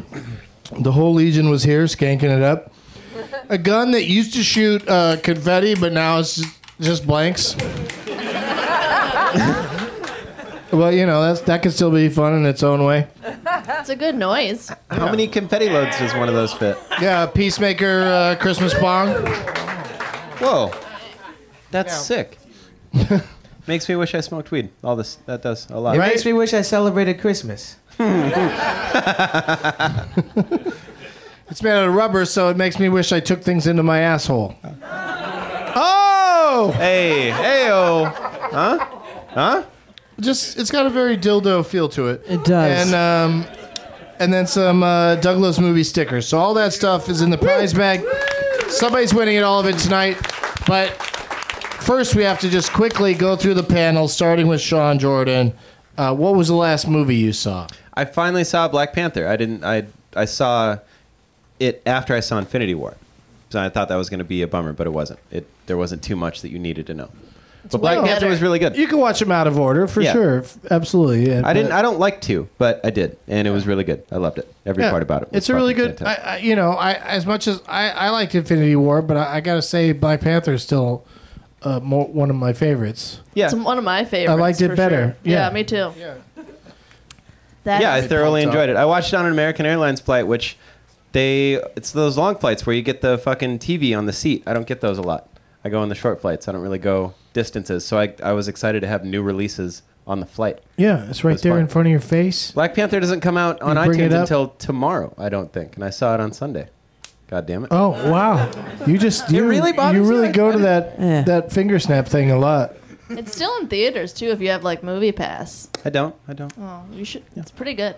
S3: The whole legion was here skanking it up. A gun that used to shoot uh, confetti, but now it's just- just blanks. well, you know that's that could still be fun in its own way.
S5: It's a good noise.
S6: How many confetti loads does one of those fit?
S3: Yeah, peacemaker uh, Christmas bong.
S6: Whoa, that's sick. Makes me wish I smoked weed. All this that does a lot.
S4: It makes me wish I celebrated Christmas.
S3: It's made out of rubber, so it makes me wish I took things into my asshole. Oh,
S6: Hey, heyo.
S3: just it's got a very dildo feel to it.
S7: It does.
S3: And um, and then some uh, Douglas movie stickers. So all that stuff is in the prize bag. Somebody's winning it all of it tonight, but first we have to just quickly go through the panel, starting with Sean Jordan. Uh, what was the last movie you saw?
S6: I finally saw Black Panther. I didn't. I I saw it after I saw Infinity War, so I thought that was going to be a bummer, but it wasn't. It there wasn't too much that you needed to know. but Black
S3: way
S6: Panther
S3: better.
S6: was really good.
S3: You can watch them out of order for
S6: Yeah.
S3: sure, F- absolutely. Yeah,
S6: I didn't.
S3: but-
S6: I don't like to, but I did, and it was really good. I loved it. Every
S3: Yeah.
S6: part about it. was
S3: It's a really
S6: fucking
S3: good. I,
S6: fantastic.
S3: I, you know, I as much as I, I liked Infinity War, but I, I gotta say Black Panther is still uh, more, one of my favorites.
S6: Yeah.
S5: It's one of my favorites.
S3: liked it
S5: for
S3: better.
S5: sure. Yeah.
S3: Yeah.
S5: me too.
S7: That
S6: yeah, I
S7: is-
S6: thoroughly
S3: popped up.
S6: enjoyed it. I watched it on an American Airlines flight, which they it's those long flights where you get the fucking TV on the seat. I don't get those a lot. I go on the short flights. I don't really go distances. So I I was excited to have new releases on the flight.
S3: Yeah, it's right
S6: That's
S3: there in
S6: fun.
S3: front of your face.
S6: Black Panther doesn't come out on
S3: You bring it
S6: iTunes
S3: up?
S6: until tomorrow, I don't think. And I saw it on Sunday. God damn it.
S3: Oh wow! You just you
S6: really bothers
S3: you
S6: you?
S3: really
S6: I-
S3: go
S6: I
S3: to that
S7: Yeah.
S3: that finger snap thing a lot.
S5: It's still in theaters too. If you have like Movie Pass,
S6: I don't. I don't.
S5: oh, you should. It's pretty good.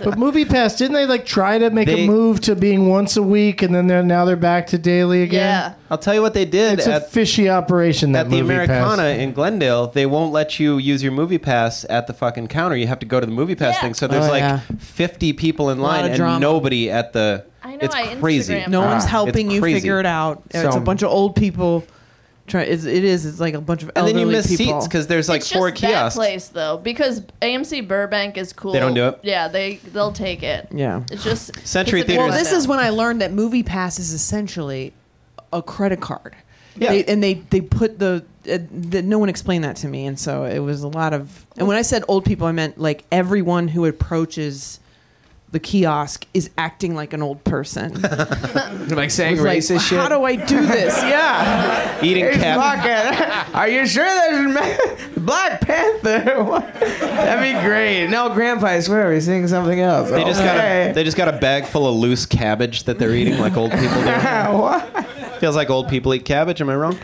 S3: But Movie Pass didn't they like try to make
S6: They-
S3: a move to being once a week, and then they're now they're back to daily again.
S5: Yeah,
S6: I'll tell you what they did
S3: it's a
S6: at,
S3: fishy operation that
S6: at the
S3: Movie
S6: Americana
S3: Pass.
S6: in Glendale. They won't let you use your movie pass at the fucking counter. You have to go to the movie pass
S5: Yeah.
S6: thing. So there's
S7: Oh,
S6: like
S7: yeah.
S6: 50 people in
S7: lot
S6: line
S7: of
S6: and
S7: drama.
S6: nobody at the.
S5: I know,
S6: It's
S5: I
S6: crazy.
S5: Instagrammed
S7: No
S5: Ah,
S7: one's
S5: it's
S7: helping you
S6: crazy.
S7: figure it out. it's a
S4: So-
S7: bunch of old people. Try it's, it is. It's like a bunch of
S6: And
S7: elderly
S6: then you miss
S7: people.
S6: seats because there's like
S5: it's
S6: four
S5: just
S6: kiosks.
S5: That place though, because AMC Burbank is cool.
S6: They don't do it?
S5: Yeah, they they'll take it.
S7: Yeah.
S5: It's just
S6: Century
S5: it's a good
S6: Theater
S7: Well,
S6: is-
S7: this
S5: now.
S7: is when I learned that Movie Pass is essentially a credit card.
S6: Yeah.
S7: They, and they they put the uh, that no one explained that to me, and so it was a lot of. And when I said old people, I meant like everyone who approaches the kiosk is acting like an old person. It's
S4: Like saying
S7: like,
S4: racist shit.
S7: how do I do this? Yeah,
S6: Eating
S4: Here's
S6: cap.
S4: Black- Are you sure there's a Black Panther? What? That'd be great. No, Grandpa, I swear we're seeing something else.
S6: They just, got
S4: Okay.
S6: a, they just got a bag full of loose cabbage that they're eating like old people do.
S4: What?
S6: Feels like old people eat cabbage. Am I wrong?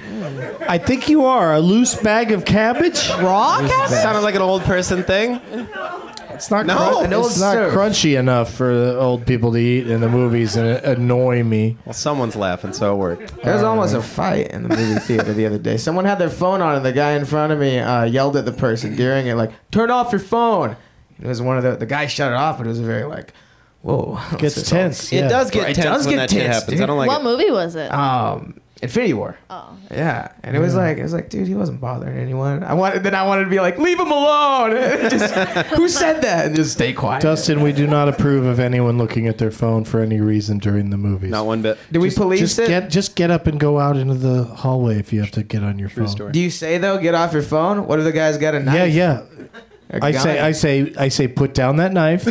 S3: I think you are a loose bag of cabbage.
S7: raw cabbage?
S6: Sounded like an old person thing.
S3: It's not
S6: No,
S3: crun-
S6: an old
S3: it's not
S4: serve.
S3: crunchy enough for the old people to eat in the movies, and it annoy me.
S6: Well, someone's laughing, so it worked.
S4: There was almost a fight in the movie theater the other day. Someone had their phone on, and the guy in front of me uh, yelled at the person during it, like, "Turn off your phone." It was one of the the guy shut it off, but it was very like, "Whoa."
S3: Gets tense.
S6: It
S3: yeah.
S6: does get
S4: It
S6: tense
S4: does
S6: when
S4: get
S6: that shit
S4: tense,
S6: happens. I
S4: dude.
S6: don't like
S5: what
S6: it.
S5: movie was it?
S4: Um, Infinity War.
S5: oh,
S4: Yeah, and it was like it was like, dude, he wasn't bothering anyone. I wanted then I wanted to be like, leave him alone. just who said that? And just stay quiet.
S3: Dustin, we do not approve of anyone looking at their phone for any reason during the movies.
S6: Not one bit.
S4: Do we police
S3: just
S4: it?
S3: get just get up and go out into the hallway if you have to get on your phone.
S6: story.
S4: Do you say though, get off your phone? What if the guy's got a knife?
S3: Yeah, yeah.
S4: a
S3: I
S4: gun?
S3: say, I say, I say, put down that knife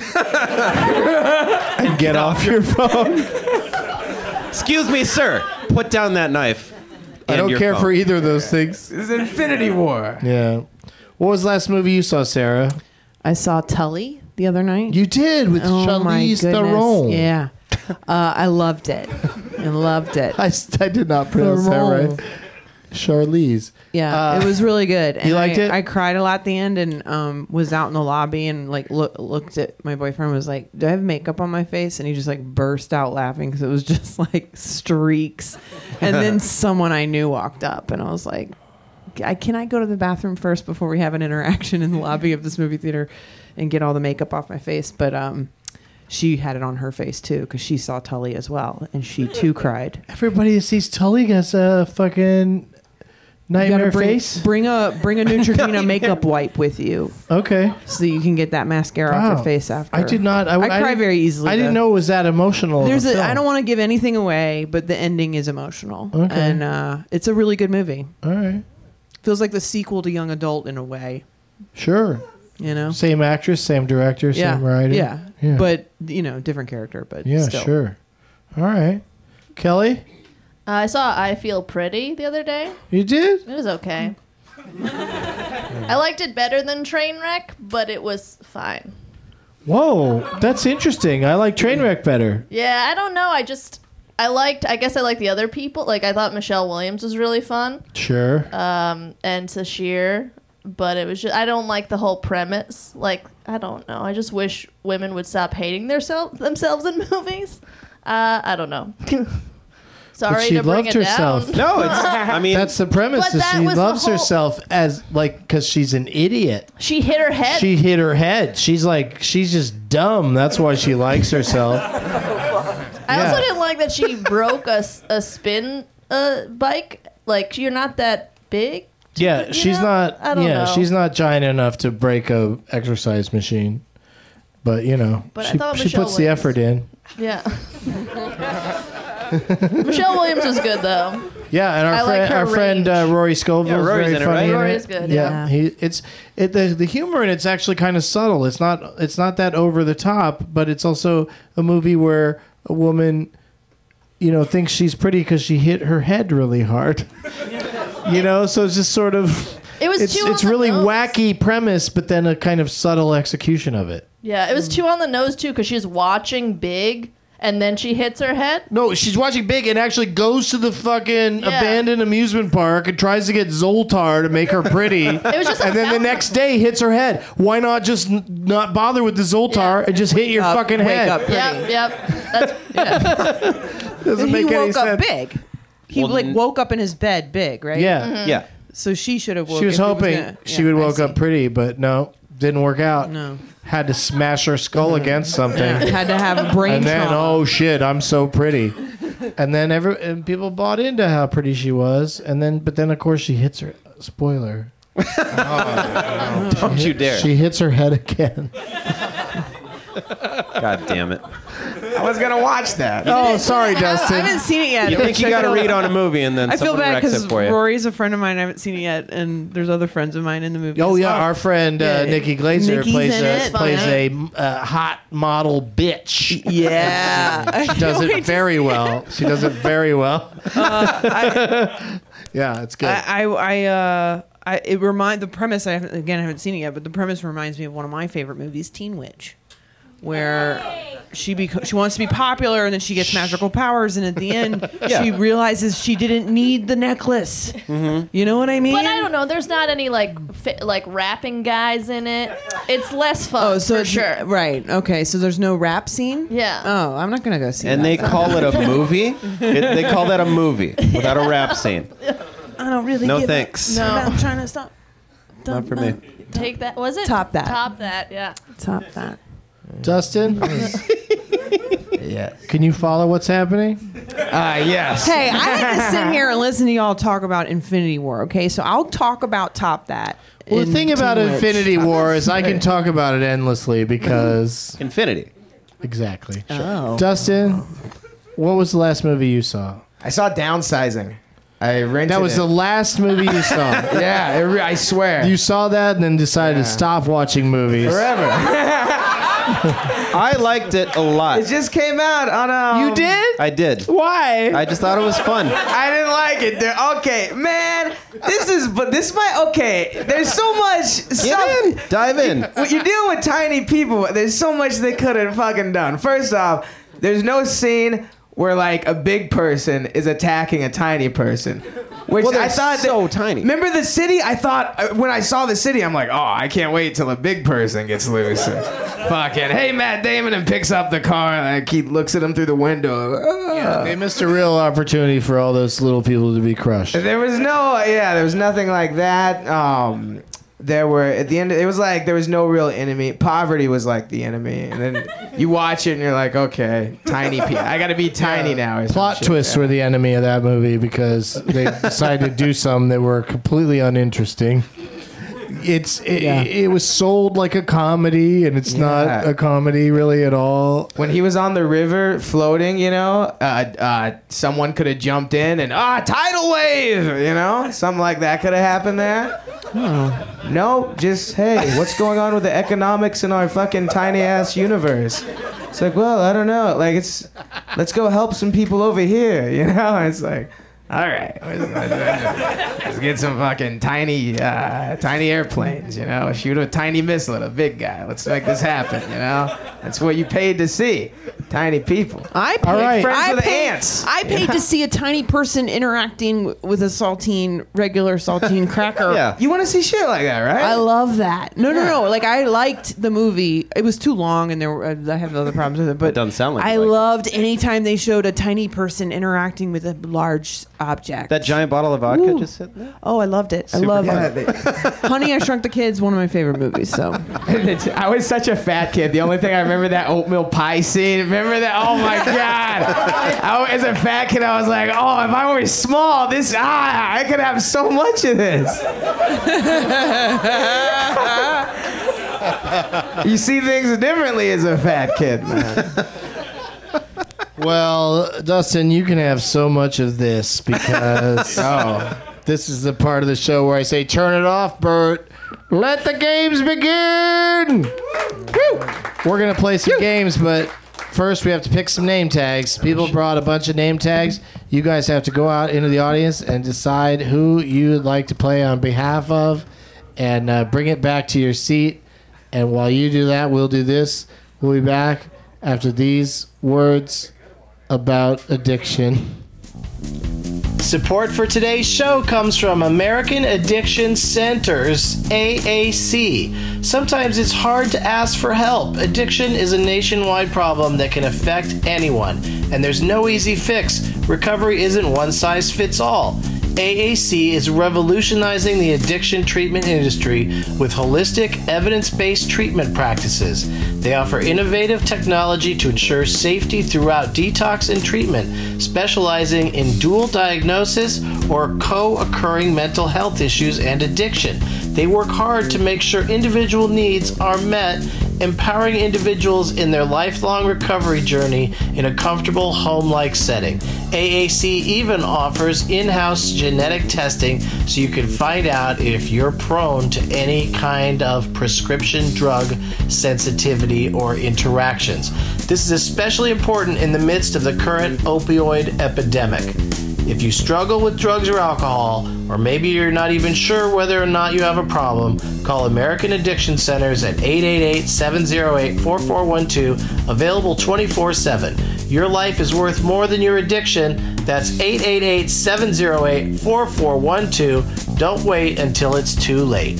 S3: and get off your phone.
S6: Excuse me, sir. Put down that knife.
S3: I
S6: and
S3: don't
S6: your
S3: care
S6: phone.
S3: for e- either of those things.
S4: This is Infinity War.
S3: Yeah. What was the last movie you saw, Sarah?
S7: I saw Tully the other night. Oh
S3: You did with Charlize Theron.
S7: Yeah, uh, I loved it. I loved it.
S3: I, s- I did not pronounce that
S7: Theron.
S3: right. Charlize.
S7: Yeah, it was really good. And
S3: Uh, liked
S7: I,
S3: it?
S7: I cried a lot at the end, and um, was out in the lobby and like look, looked at my boyfriend. Was like, "Do I have makeup on my face?" And he just like burst out laughing because it was just like streaks. And then someone I knew walked up, and I was like, I, "Can I go to the bathroom first before we have an interaction in the lobby of this movie theater and get all the makeup off my face?" But um, she had it on her face too because she saw Tully as well, and she too cried.
S3: Everybody that sees Tully has a fucking
S7: You gotta
S3: nightmare
S7: bring,
S3: face.
S7: Bring a bring a Neutrogena makeup wipe with you,
S3: okay.
S7: so you can get that mascara off
S3: Wow.
S7: your face after.
S3: I did not. I,
S7: I, cry
S3: didn't-
S7: very easily.
S3: I didn't
S7: though.
S3: know it was that emotional.
S7: There's
S3: of
S7: a.
S3: film.
S7: I don't want to give anything away, but the ending is emotional,
S3: Okay.
S7: and uh, it's a really good movie.
S3: All right.
S7: Feels like the sequel to Young Adult in a way,
S3: Sure.
S7: you know.
S3: Same actress, same director,
S7: yeah,
S3: same writer.
S7: Yeah.
S3: Yeah.
S7: but you know, different character, but
S3: Yeah,
S7: still.
S3: sure. All right. Kelly,
S5: Uh, I saw I Feel Pretty the other day.
S3: you did?
S5: It was okay. I liked it better than Trainwreck, but it was fine.
S3: Whoa, that's interesting. I like Trainwreck better.
S5: Yeah, I don't know. I just I liked. I guess I liked the other people. Like I thought Michelle Williams was really fun,
S3: Sure.
S5: um, and Sashir. But it was just I don't like the whole premise. Like I don't know. I just wish women would stop hating themselves themselves in movies. Uh, I don't know. Sorry
S3: she
S5: to bring
S3: loved
S5: it
S3: herself.
S5: down.
S6: No, it's. I mean,
S3: that's the premise.
S5: But
S3: Is
S5: that
S3: she
S5: was the
S3: loves
S5: whole-
S3: herself as like because she's an idiot.
S5: She hit her head.
S3: She hit her head. She's like she's just dumb. That's why she likes herself.
S5: I
S3: Yeah.
S5: also didn't like that she broke a, s- a spin uh, bike. Like you're not that big.
S3: Yeah,
S5: You
S3: she's
S5: know,
S3: not.
S5: I don't
S3: yeah,
S5: know.
S3: she's not giant enough to break a exercise machine. But you know,
S5: But I
S3: she,
S5: thought
S3: she
S5: Michelle
S3: puts the
S5: Williams-
S3: effort in.
S5: Yeah. Michelle Williams was good though.
S3: Yeah, and our
S5: I like
S3: friend,
S5: her
S3: our friend uh,
S5: range.
S3: Rory Scovel
S6: Yeah,
S3: is
S6: Rory's
S3: very
S6: in it,
S3: funny.
S6: right?
S3: in
S5: Rory's
S3: it.
S5: good,
S3: Yeah, he, it's it, the the humor in it's actually kind of subtle. It's not it's not that over the top, but it's also a movie where a woman, you know, thinks she's pretty because she hit her head really hard. you know, so it's just sort of.
S5: It was
S3: it's
S5: too
S3: it's
S5: on the
S3: really
S5: nose.
S3: wacky premise, but then a kind of subtle execution of it.
S5: Yeah, it was too on the nose too because she's watching Big and then she hits her head.
S3: No, she's watching Big and actually goes to the fucking
S5: Yeah.
S3: abandoned amusement park and tries to get Zoltar to make her pretty.
S5: It was just a
S3: and then the
S5: fountain.
S3: next day hits her head. Why not just n- not bother with the Zoltar
S5: Yeah.
S3: and just hit your
S7: Uh,
S8: Up,
S3: fucking
S8: wake
S3: head?
S8: up pretty.
S5: Yep, yep. That's
S3: Doesn't
S7: he
S3: make any
S7: woke up
S3: sense.
S7: big. He
S6: Well,
S7: like
S6: n-
S7: woke up in his bed big, right?
S3: Yeah,
S6: Yeah.
S7: So she should have. woke
S3: she was
S7: if he
S3: hoping
S7: gonna-
S3: she
S7: yeah,
S3: would
S7: I
S3: woke
S7: see.
S3: up pretty, but no, didn't work out.
S7: No. Mm-hmm.
S3: had to smash her skull against something.
S7: Yeah, had to have a brain
S3: and then
S7: trauma.
S3: oh shit i'm so pretty and then every and people bought into how pretty she was and then but then of course she hits her spoiler
S6: Don't you dare.
S3: she hits her head again
S6: God damn it.
S4: I was gonna watch that.
S3: oh sorry
S7: I
S3: dustin
S7: haven't seen it yet.
S6: You think you
S7: Check
S6: got
S7: it
S6: to
S7: out.
S6: read on a movie and then
S7: I feel
S6: someone
S7: bad
S6: wrecks
S7: because
S6: it for you.
S7: Rory's a friend of mine. I haven't seen it yet, and there's other friends of mine in the movie.
S3: Oh
S7: as
S3: yeah,
S7: well.
S3: our friend uh,
S7: Yeah.
S3: Nikki Glazer
S7: Nikki's
S3: plays
S7: in
S3: a,
S7: it.
S3: plays a uh, hot model bitch.
S7: yeah.
S3: She does it very well. She does it very well. Uh, yeah, it's good.
S7: I, I, I, uh, I, it remind the premise. I haven't, again, I haven't seen it yet, but the premise reminds me of one of my favorite movies, Teen Witch, where she beco- she wants to be popular and then she gets magical powers, and at the end, she realizes she didn't need the necklace.
S6: Mm-hmm.
S7: You know what I mean?
S5: but I don't know. There's not any like fi- like rapping guys in it. It's less fun.
S7: Oh, so
S5: for
S7: it's-
S5: sure.
S7: right? Okay, so there's no rap scene.
S5: Yeah.
S7: Oh, I'm not gonna go see.
S6: And
S7: that.
S6: they call it a movie? It- they call that a movie without a rap scene.
S7: I don't really.
S6: No
S7: give a-
S6: thanks.
S7: I'm trying to stop.
S6: Not for me.
S5: Take that. Was it
S7: Top that.
S5: Top that. Yeah.
S7: Top that.
S3: Dustin,
S4: Yeah.
S3: can you follow what's happening?
S6: Ah,
S4: Uh, yes.
S7: Hey, I had to sit here and listen to y'all talk about Infinity War. Okay, so I'll talk about top that.
S3: Well, the
S7: in Uh-huh.
S3: thing about
S7: Teen Witch.
S3: Infinity War is I can talk about it endlessly because
S6: Infinity.
S3: exactly.
S7: Oh.
S3: Dustin, what was the last movie you saw?
S4: I saw downsizing. I rented.
S3: That was
S4: it.
S3: the last movie you saw.
S4: Yeah, it re- I swear.
S3: You saw that and then decided to stop watching movies.
S4: Forever.
S6: I liked it a lot.
S4: it just came out
S7: Oh,
S4: on a.
S3: You did?
S6: I did.
S4: Why?
S6: I just thought it was fun.
S4: I didn't like it. There. Okay, man. This is but this might okay. There's so much stuff.
S6: Get in. Dive in.
S4: When you're dealing with tiny people, there's so much they could have fucking done. First off, there's no scene where like a big person is attacking a tiny person. Which
S6: Well, they're
S4: I thought that-
S6: so tiny.
S4: Remember the city? I thought uh, when I saw the city, I'm like, oh, I can't wait till a big person gets loose. And fucking, hey, Matt Damon, and picks up the car, and like, he looks at him through the window. Ah.
S3: They missed a real opportunity for all those little people to be crushed.
S4: There was no, Uh, yeah, there was nothing like that. Um, there were at the end, it was like there was no real enemy. Poverty was like the enemy, and then you watch it and you're like, okay, tiny people. I gotta be tiny now. Or some
S3: Plot
S4: shit.
S3: twists were the enemy of that movie because they decided to do some that were completely uninteresting. It's it, it was sold like a comedy and it's not
S4: Yeah.
S3: a comedy really at all.
S4: When he was on the river floating, you know, uh, uh, someone could have jumped in and ah, tidal wave, you know, something like that could have happened there.
S6: Oh.
S4: No, just hey, what's going on with the economics in our fucking tiny ass universe? It's like, well, I don't know. Like, it's let's go help some people over here, you know? It's like, all right, let's get some fucking tiny, uh, tiny airplanes, you know? Shoot a tiny missile at a big guy. Let's make this happen, you know? That's what you paid to see, tiny people.
S7: I paid,
S3: All right.
S4: Friends
S7: I
S4: with
S7: paid,
S4: ants.
S7: I paid to see a tiny person interacting w- with a saltine, regular saltine cracker.
S6: Yeah.
S4: You want to see shit like that, right?
S7: I love that. No, no, no. Like I liked the movie. It was too long, and there were I have other problems with it. But
S6: doesn't sound like
S7: I
S6: you liked it.
S7: loved anytime they showed a tiny person interacting with a large object.
S6: That giant bottle of vodka
S7: Ooh.
S6: just sitting there?
S7: Oh, I loved it. I love it. Honey, I Shrunk the Kids, one of my favorite movies. So
S4: I was such a fat kid. The only thing I remember that oatmeal pie scene. Remember that? Oh my god! I, as a fat kid, I was like, oh, if I were small, this ah, I could have so much of this. you see things differently as a fat kid, man.
S3: Well, Dustin, you can have so much of this because this is the part of the show where I say, "Turn it off, Bert. Let the games begin." Woo! We're gonna play some games, but first we have to pick some name tags. People brought a bunch of name tags. You guys have to go out into the audience and decide who you'd like to play on behalf of, and uh, bring it back to your seat. And while you do that, we'll do this. We'll be back after these words about addiction. Support for today's show comes from American Addiction Centers, AAC. Sometimes it's hard to ask for help. Addiction is a nationwide problem that can affect anyone, and there's no easy fix. Recovery isn't one size fits all. AAC is revolutionizing the addiction treatment industry with holistic, evidence based treatment practices. They offer innovative technology to ensure safety throughout detox and treatment, specializing in dual diagnosis or co occurring mental health issues and addiction. They work hard to make sure individual needs are met, empowering individuals in their lifelong recovery journey in a comfortable home like setting. AAC even offers in house genetic testing so you can find out if you're prone to any kind of prescription drug sensitivity or interactions. This is especially important in the midst of the current opioid epidemic. If you struggle with drugs or alcohol, or maybe you're not even sure whether or not you have a problem, call American Addiction Centers at 888 708 4412, available 24 7. Your life is worth more than your addiction. That's 888 708 4412. Don't wait until it's too late.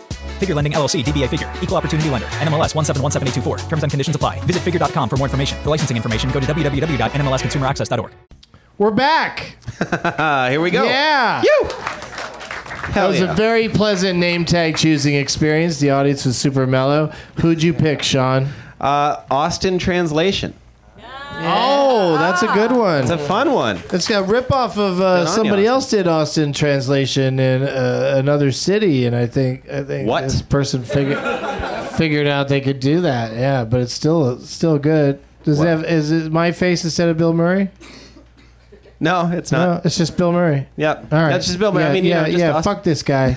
S9: Figure Lending LLC, DBA Figure, Equal Opportunity Lender, NMLS 1717824. Terms and conditions apply. Visit figure.com for more information. For licensing information, go to www.nmlsconsumeraccess.org.
S3: We're back.
S6: Ah, here we go.
S3: Yeah. That was a very pleasant name tag choosing experience. The audience was super mellow. Who'd you pick, Sean?
S6: Uh, Austin translation.
S3: Oh, that's a good one.
S6: It's a fun one.
S3: It's a ripoff of uh,
S6: Good on
S3: somebody
S6: you.
S3: else did Austin translation in uh, another city, and I think I think
S6: What?
S3: this person figured figured out they could do that. Yeah, but it's still still good. Does it have is it my face instead of Bill Murray?
S6: No, it's not.
S3: No, it's just Bill Murray.
S6: Yep.
S3: All right,
S6: That's just Bill Murray.
S3: Yeah,
S6: I mean,
S3: yeah,
S6: you know, just
S3: yeah.
S6: Austin.
S3: Fuck this guy.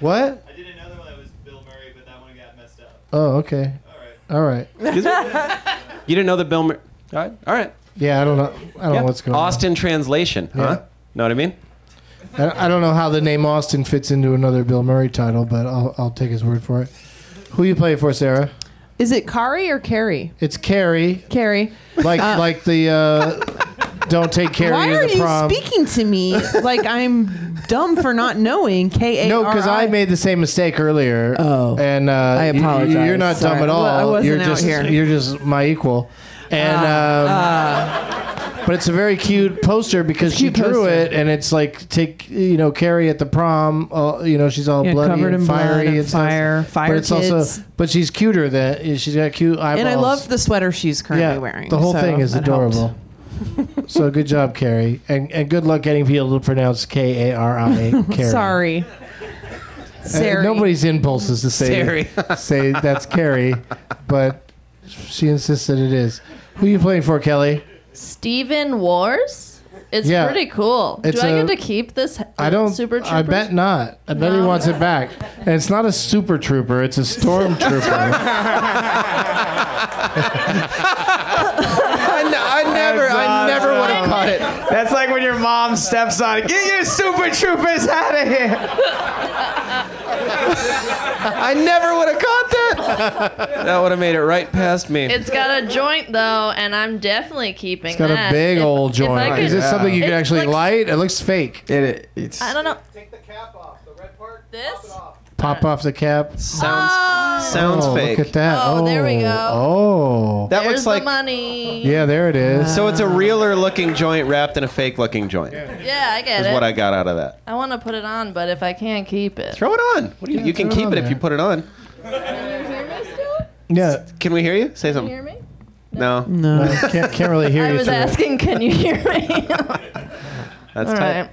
S3: what?
S2: uh, I did another one that was Bill Murray, but that one got messed up.
S3: Oh, okay. All right.
S6: You didn't know that Bill Murray. All right. All right.
S3: Yeah, I don't know. I don't know Oh, what's going on.
S6: Austin translation, huh? Know what I mean?
S3: I, I don't know how the name Austin fits into another Bill Murray title, but I'll, I'll take his word for it. Who you play for, Sarah?
S7: Is it Kari or Carrie?
S3: It's Carrie,
S7: Carrie.
S3: like like the uh, don't take Carrie
S7: Why
S3: to
S7: are
S3: the
S7: you
S3: prom.
S7: speaking to me like I'm dumb for not knowing K A
S3: no,
S7: R I?
S3: because I made the same mistake earlier.
S7: Oh.
S3: and uh, I
S7: apologize.
S3: You're not
S7: Sorry.
S3: dumb at all.
S7: Well, I wasn't
S3: you're
S7: out
S3: just
S7: here. Ah.
S3: you're just my equal. And um, but it's a very cute poster because she
S7: cute
S3: drew
S7: poster.
S3: it, and it's like take you know Carrie at the prom. Uh, you know she's all
S7: Yeah,
S3: bloody
S7: covered
S3: and
S7: in blood
S3: fiery
S7: and
S3: stuff.
S7: fire- fire
S3: But it's
S7: kids.
S3: also but she's cuter than she's got cute eyeballs.
S7: And I love the sweater she's currently
S3: yeah,
S7: wearing.
S3: The whole
S7: so
S3: thing is
S7: that helped.
S3: adorable. so good job, Carrie, and and good luck getting people to pronounce K A R I. Carrie.
S7: Sorry.
S3: Uh,
S7: Sarah.
S3: Nobody's impulse is to say say that's Carrie, but she insists that it is. Who you playing for, Kelly?
S5: Steven Wars? It's
S3: Yeah.
S5: pretty cool.
S3: It's
S5: Do I
S3: a-
S5: get to keep this?
S3: I don't.
S5: Super
S3: I bet not. I bet he wants it back. And it's not a super trooper. It's a stormtrooper.
S6: I, n- I never, I never would have
S4: mom steps on it. Get your super troopers out of here. I never would have caught that.
S6: That would have made it right past me.
S5: It's got a joint though, and I'm definitely keeping
S3: It's got
S5: that.
S3: a big
S5: If-
S3: old
S5: if I
S3: joint.
S5: could-
S3: Is this something you can
S5: It's
S3: actually
S5: like-
S3: light? It looks fake.
S4: It, it's
S5: I don't know. Take the cap off. The red part. This.
S3: pop off the cap.
S6: Sounds
S5: Oh,
S6: sounds
S3: oh,
S6: fake.
S3: Look at that. Oh,
S5: there we go.
S3: Oh,
S6: That
S5: There's
S6: looks like
S5: the money.
S3: yeah, there it is.
S5: Uh,
S6: so it's a realer looking joint wrapped in a fake looking joint.
S5: Yeah, I get
S6: Is
S5: it.
S6: what I got out of that.
S5: I want to put it on, but if I can't keep it.
S6: Throw it on. What do you, you can
S3: throw it
S6: keep
S3: on
S6: it if
S3: there.
S6: you put it on.
S5: Can you hear me still?
S3: yeah,
S6: Can we hear you? Say
S5: Can you
S6: something.
S5: hear me?
S6: No,
S3: no, I can't, can't really hear
S5: I
S3: you.
S5: was
S3: through it.
S5: asking, can you hear me?
S6: that's
S5: All
S6: tight.
S5: right.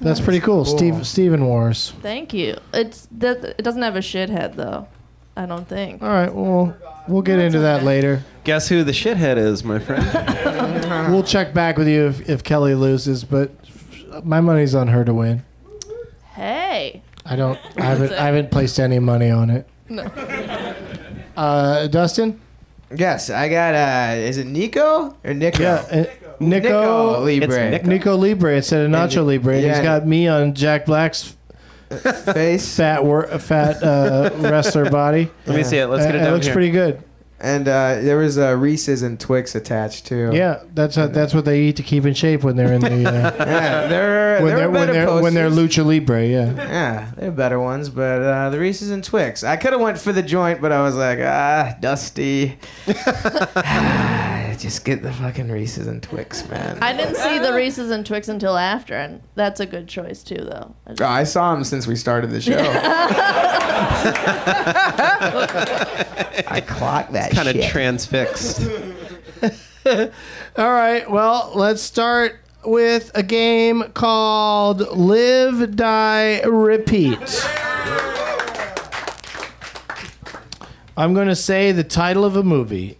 S3: That's pretty cool. Steve Steven Wars.
S5: Thank you. It's that. It doesn't have a shithead though. I don't think.
S3: All right, well, we'll get into that later.
S6: Guess who the shithead is, my friend?
S3: We'll check back with you if, if Kelly loses, but my money's on her to win.
S5: Hey.
S3: I don't. I haven't. I haven't placed any money on it.
S5: No.
S3: Uh, Dustin.
S4: Yes, I got. uh Is it Nico or Nico?
S3: Uh,
S4: Nico
S3: Nico.
S4: Libre.
S6: It's
S3: Nico Libre instead of Nacho Libre. and
S4: Yeah.
S3: He's got me on Jack Black's
S4: face.
S3: fat wor- fat uh, wrestler body.
S6: Let me see it. Let's get it
S3: Uh,
S6: down
S3: looks
S6: here.
S3: pretty good.
S4: And uh, there was uh, Reese's and Twix attached too.
S3: Yeah, that's uh that's what they eat to keep in shape when they're in the uh,
S4: yeah they're,
S3: when
S4: they're,
S3: they're when
S4: better
S3: they're when they're
S4: posters.
S3: lucha libre. Yeah,
S4: Yeah, they're better ones, but uh, the Reese's and Twix. I could have went for the joint, but I was like, ah, dusty. Just get the fucking Reese's and Twix, man.
S5: I didn't see the Reese's and Twix until after, and that's a good choice too, though. I just-
S4: Oh, I saw him since we started the show. I clocked that
S6: kind of
S4: shit.
S6: transfixed.
S3: All right. Well, let's start with a game called Live, Die, Repeat. I'm going to say the title of a movie.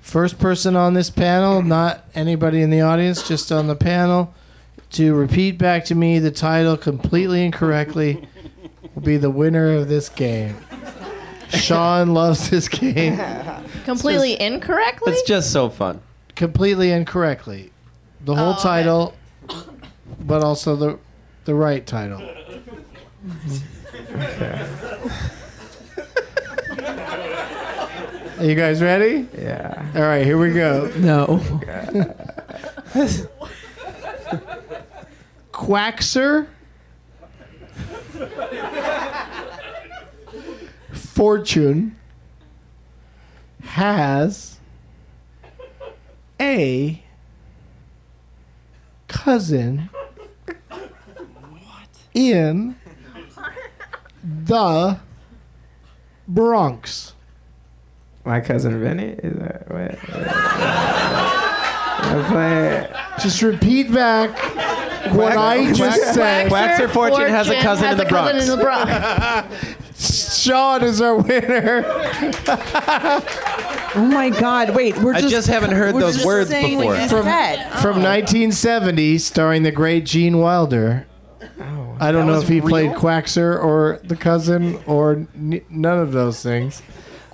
S3: First person on this panel, not anybody in the audience, just on the panel, to repeat back to me the title completely and correctly will be the winner of this game. Sean loves this game.
S5: completely incorrectly.
S6: It's just so fun.
S3: completely incorrectly. The whole
S5: okay.
S3: title, but also the the right title. Are you guys ready?
S4: yeah.
S3: All right, here we go.
S7: No.
S3: Quaxer. Fortune has a cousin in the Bronx.
S4: My cousin Vinny? Is that what? I play
S3: Just repeat back what I just said.
S6: Waxer Fortune, has a cousin in the Bronx.
S5: cousin in the Bronx.
S3: Sean is our winner.
S7: Oh my God! Wait, we're
S6: I
S7: just.
S6: just haven't heard
S7: we're
S6: those
S7: just
S6: words
S7: saying what
S6: before.
S7: you
S3: From-
S7: said.
S6: Oh.
S3: From 1970, starring the great Gene Wilder.
S6: Oh.
S3: I don't know if he played Quaxer or the cousin or n- none of those things.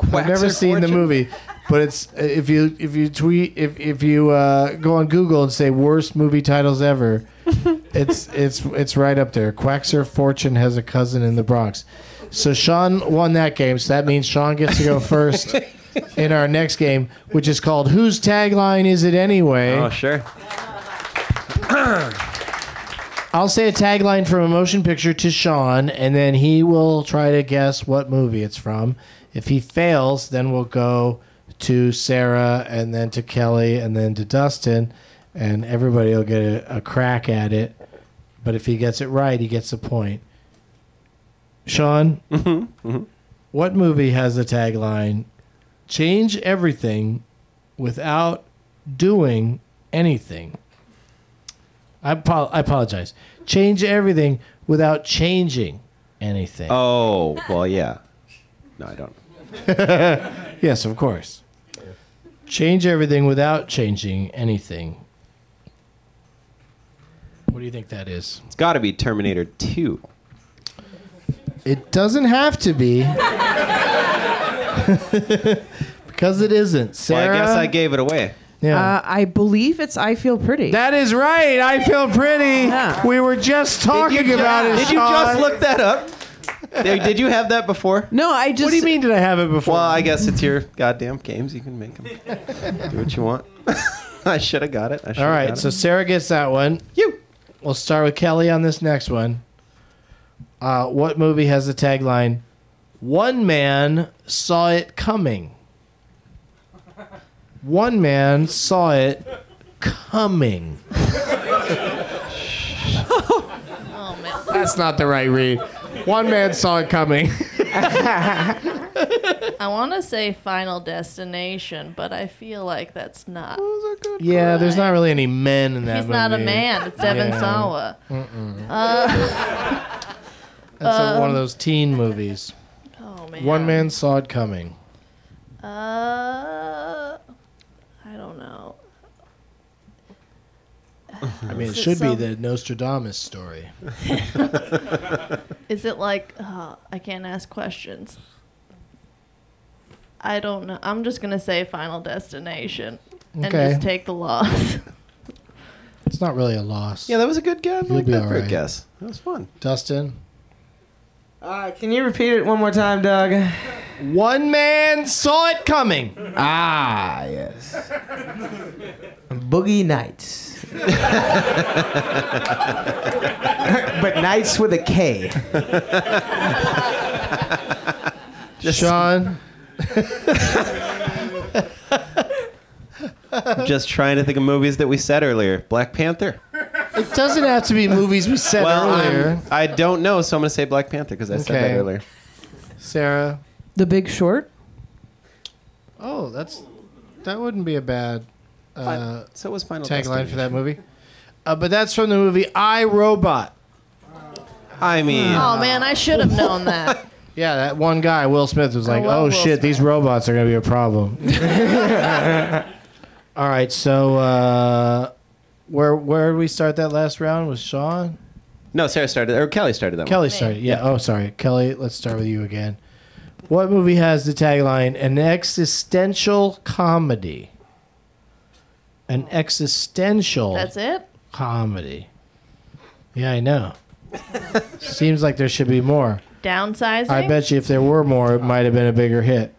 S3: I've never
S6: Quaxer
S3: seen the
S6: Fortune?
S3: movie, but it's if you if you tweet if if you uh, go on Google and say worst movie titles ever, it's it's it's right up there. Quaxer Fortune has a cousin in the Bronx. So Sean won that game, so that means Sean gets to go first in our next game, which is called Whose Tagline Is It Anyway?
S6: Oh, sure.
S3: I'll say a tagline from a motion picture to Sean, and then he will try to guess what movie it's from. If he fails, then we'll go to Sarah, and then to Kelly, and then to Dustin, and everybody will get a, a crack at it. But if he gets it right, he gets a point. Sean, what movie has the tagline "Change everything without doing anything"? I, apo- I apologize. Change everything without changing anything.
S6: Oh, well, yeah. No, I don't.
S3: Yes, of course. Change everything without changing anything. What do you think that is?
S6: It's got to be Terminator 2.
S3: It doesn't have to be. because it isn't.
S6: Well,
S3: Sarah,
S6: I guess I gave it away.
S3: Yeah.
S7: Uh, I believe it's I Feel Pretty.
S3: That is right. I feel pretty. We were just talking
S7: ju-
S3: about it.
S7: did you just look
S6: that up? Did did you have that before?
S7: No, I just.
S3: What do you mean? Did I have it before?
S6: Well, I guess it's your goddamn games. You can make them. Do what you want. I should have got it. I
S3: All right, so Sarah gets that one.
S6: You.
S3: We'll start with Kelly on this next one. Uh, what movie has the tagline "One man saw it coming"? One man saw it coming. That's not the right read. One man saw it coming.
S5: I want to say Final Destination, but I feel like that's not.
S3: yeah, there's not really any men in that
S5: He's
S3: movie.
S5: not a man. It's Devin
S3: Yeah.
S5: Sawa.
S3: Mm-mm.
S5: Uh,
S3: That's a- one
S5: um,
S3: of those teen movies.
S5: Oh man.
S3: One man saw it coming.
S5: Uh, I don't know.
S3: I mean, it
S5: Is it
S3: should be
S5: some-
S3: the Nostradamus story.
S5: Is it like uh, I can't ask questions? I don't know. I'm just gonna say Final Destination and
S3: Okay.
S5: just take the loss.
S3: it's not really a loss.
S6: Yeah, that was a good guess. I
S3: You'll
S6: like
S3: be
S6: that
S3: all
S6: for a
S3: right.
S6: guess. That was fun.
S3: Dustin.
S4: Uh, can you repeat it one more time, Doug?
S3: One man saw it coming.
S4: Ah, yes. Boogie Nights. but Nights with a K.
S3: Sean.
S6: I'm just trying to think of movies that we said earlier. Black Panther.
S3: It doesn't have to be movies we said
S6: Well,
S3: earlier.
S6: I'm, I do not know, so I'm going to say Black Panther because I said
S3: Okay.
S6: that earlier.
S3: Sarah.
S7: The Big Short.
S3: Oh, that's that wouldn't be a bad uh,
S6: so was Final
S3: tagline for
S6: Destination.
S3: that movie. Uh, but that's from the movie I Robot.
S6: I mean,
S5: oh man, I should have known that.
S3: Yeah, that one guy, Will Smith, was like,
S5: love
S3: "Oh
S5: Will
S3: shit, these robots are gonna be a problem." All right, so uh, where where did we start that last round? Was Sean
S6: no, Sarah started, or Kelly started that
S3: Kelly
S6: one.
S3: started? Yeah. Oh, sorry, Kelly. Let's start with you again. What movie has the tagline "An existential comedy"? An existential
S5: That's it.
S3: comedy. Yeah, I know. Seems like there should be more.
S5: Downsizing.
S3: I bet you if there were more, it might have been a bigger hit.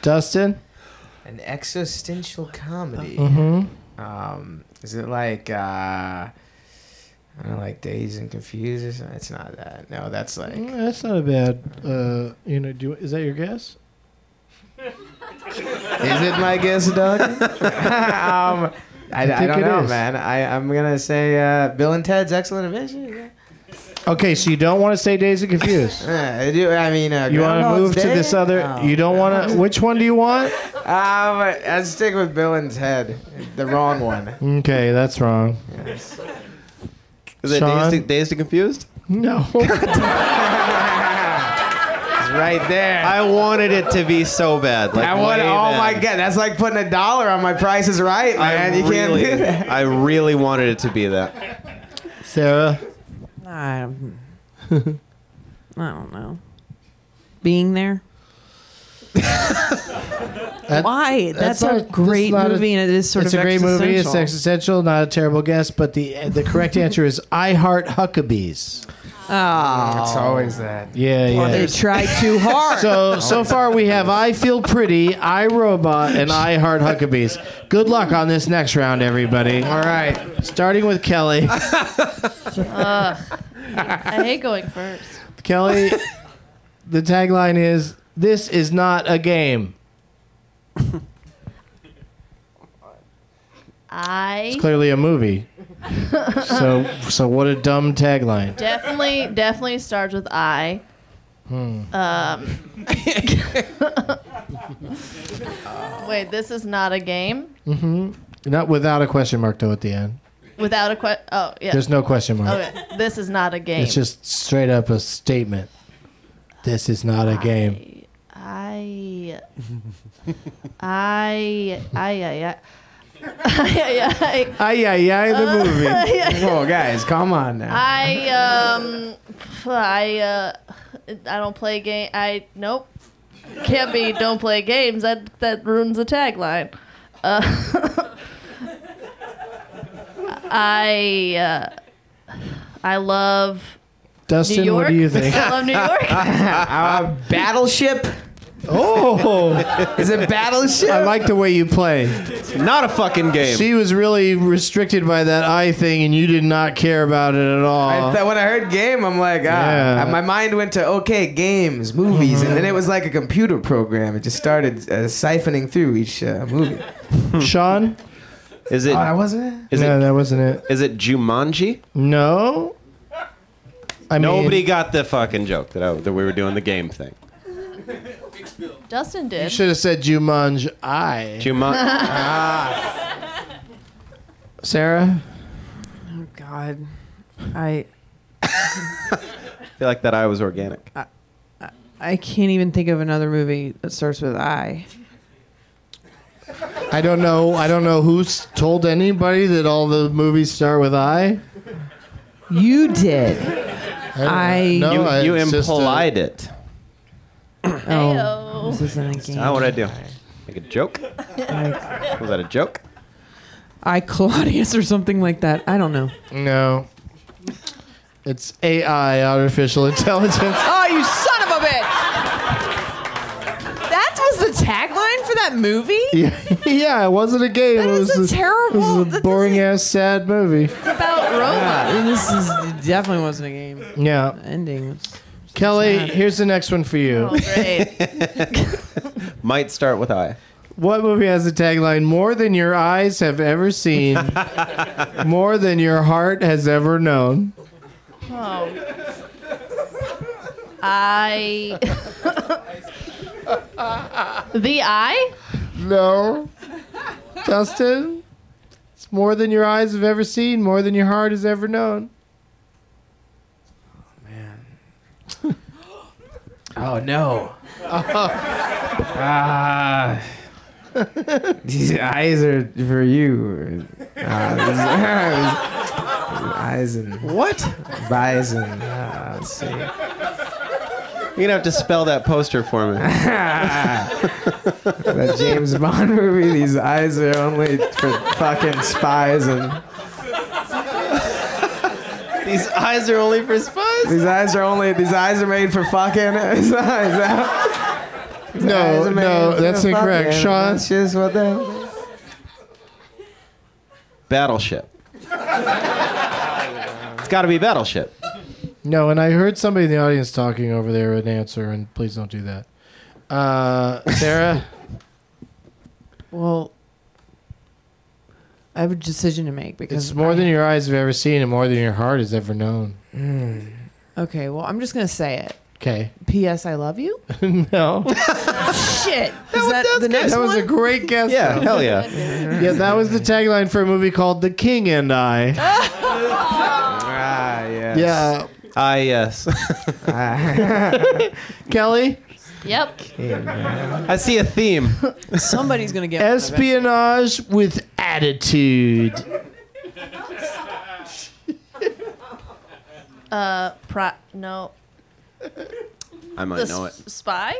S3: Dustin?
S4: An existential comedy.
S3: Mhm.
S4: Um, is it like, uh, I don't know, like Days and Confused or something? It's not that. No, that's like.
S3: Mm, That's not a bad. Uh, you know, do, is that your guess?
S4: Is it my guess, Doug? um, I, I
S3: think
S4: don't
S3: it
S4: know,
S3: is.
S4: man. I, I'm gonna say uh, Bill and Ted's Excellent Adventure.
S3: Okay, so you don't want to say Days and Confused.
S4: Yeah. Uh, I do. I mean, uh,
S3: You want to
S4: Groundhog's
S3: move to
S4: Day?
S3: this other?
S4: Oh.
S3: You don't want to. Which one do you want?
S4: Um, I stick with Bill and Ted, the wrong one.
S3: Okay, that's wrong.
S4: Yes.
S6: Is it
S3: Sean?
S6: Dazed, and- Dazed and Confused?
S3: No.
S4: It's right there. I,
S6: I wanted it to be so bad. Like,
S4: want.
S6: way
S4: Oh my
S6: bad.
S4: god, that's like putting a dollar on my Price is Right, man. you
S6: really,
S4: can't do that.
S6: I really wanted it to be that.
S3: Sarah.
S7: I don't, I don't know. Being there. Why? That's,
S3: not-
S7: a great
S3: not a-
S7: movie, and it is sort
S3: it's
S7: of
S3: a great movie. It's
S7: existential.
S3: existential, not a terrible guess, but the the correct answer is I Heart Huckabees.
S7: Oh,
S4: Ah, It's always that.
S3: Yeah, yeah.
S7: they tried too hard.
S3: So so far we have I feel pretty, I robot, and I heart Huckabees. Good luck on this next round, everybody.
S4: All right.
S3: Starting with Kelly.
S5: I hate going first.
S3: Kelly, the tagline is "This is not a game."
S5: I
S3: It's clearly a movie. So so what a dumb tagline.
S5: definitely definitely starts with I.
S3: Hmm.
S5: Um, wait, this is not a game
S3: Not without a question mark though at the end.
S5: without a question. Oh yeah.
S3: There's no question mark.
S5: Okay, this is not a game.
S3: It's just straight up a statement. This is not a game.
S5: I, I, I, I, I, I,
S3: Ay ay ay the movie.
S4: Oh, guys, come on now.
S5: I, um, I, uh, I don't play game. I nope, can't be. Don't play games. That that ruins the tagline. Uh, I uh, I love
S3: Dustin,
S5: New York.
S3: what do you think?
S5: I love New York.
S4: Our Uh, battleship.
S3: Oh,
S4: is it battleship?
S3: I like the way you play.
S6: Not a fucking game.
S3: She was really restricted by that eye thing, and you did not care about it at all.
S4: I
S6: uh,
S4: thought when I heard game, I'm like, ah.
S3: Yeah.
S4: And My mind went to okay, games, movies, and then it was like a computer program. It just started uh, siphoning through each uh, movie.
S3: Sean?
S6: Is it?
S4: Oh, that wasn't
S6: Is
S3: no,
S6: Uh, it?
S3: that wasn't it.
S6: Is it Jumanji?
S3: No. I
S6: Nobody
S3: mean,
S6: got the fucking joke that I, that we were doing the game thing.
S5: Dustin
S3: you
S5: did.
S3: should have said Jumanji. I.
S6: Jumanji.
S3: Sarah?
S7: Oh God, I
S6: I feel like that I was organic.
S4: Uh,
S7: I can't even think of another movie that starts with I.
S3: I don't know. I don't know who's told anybody that all the movies start with I.
S7: You did. I-
S3: no,
S6: you
S3: I-
S6: you
S3: it's just a-
S6: implied it.
S7: Oh, this isn't a game.
S6: Now Ah, what I do? Make a joke? Was that a joke?
S7: I Claudius or something like that. I don't know.
S3: No. It's AI, artificial intelligence.
S7: Oh, you son of a bitch! That was the tagline for that movie.
S3: yeah, it wasn't a game.
S7: That
S3: it was
S7: is a
S3: It
S7: terrible-
S3: was a
S7: that
S3: boring ass, sad movie.
S5: It's about robots.
S7: Yeah, this is it definitely wasn't a game.
S3: Yeah,
S7: The ending was
S3: Kelly. Here's the next one for you.
S5: Oh, great.
S6: Might start with I.
S3: What movie has the tagline "More than your eyes have ever seen, more than your heart has ever known"?
S5: Oh. I. the eye?
S3: No, Dustin. It's more than your eyes have ever seen, more than your heart has ever known.
S4: Oh no. Ah. these eyes are for you. Ah, these eyes and what? Bison. Ah, let's see.
S6: You're gonna have to spell that poster for me.
S4: That James Bond movie. These eyes are only for fucking spies and.
S6: These eyes are only for spies.
S4: These eyes are only. These eyes are made for fucking. These eyes. These
S3: No,
S4: eyes are made
S3: no,
S4: for
S3: that's incorrect,
S4: fucking.
S3: Sean.
S4: That's just what they.
S6: Battleship. it's got to be Battleship.
S3: No, and I heard somebody in the audience talking over there an answer, and please don't do that. Uh, Sarah,
S7: well. I have a decision to make because
S3: it's more than your eyes have ever seen, and more than your heart has ever known.
S7: okay. Well, I'm just gonna say it.
S3: Okay.
S7: P.S. I love you.
S3: no.
S7: Shit, is that the next
S3: That was
S7: one?
S3: a great guess.
S6: Yeah, hell yeah.
S3: though. yeah. That was the tagline for a movie called The King and I.
S4: Ah, yes.
S3: Yeah.
S6: I yes.
S3: Kelly,
S5: Yep.
S6: I see a theme.
S7: Somebody's gonna get one of it.
S3: espionage with attitude.
S5: Uh, pro. No.
S6: I might
S5: The
S6: know it.
S5: s- spy?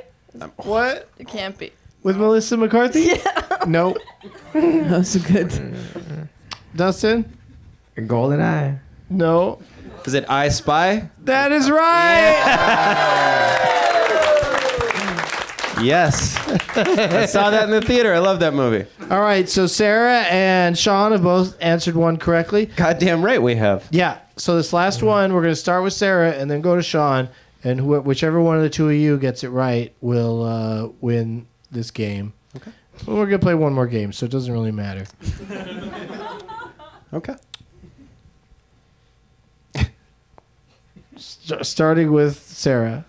S3: What?
S5: It can't be.
S3: With Melissa McCarthy? Yeah. Nope.
S7: That was a good.
S3: Dustin?
S4: Golden Eye.
S3: No.
S6: Is it I Spy?
S3: That is right.
S6: Yes. I saw that in the theater. I love that movie.
S3: All right. So Sarah and Sean have both answered one correctly.
S6: Goddamn right we have.
S3: Yeah. So this last
S4: Mm-hmm.
S3: one, we're going to start with Sarah and then go to Sean, and wh- whichever one of the two of you gets it right will uh, win this game. Okay. We're going to play one more game, so it doesn't really matter.
S6: Okay.
S3: St- starting with Sarah.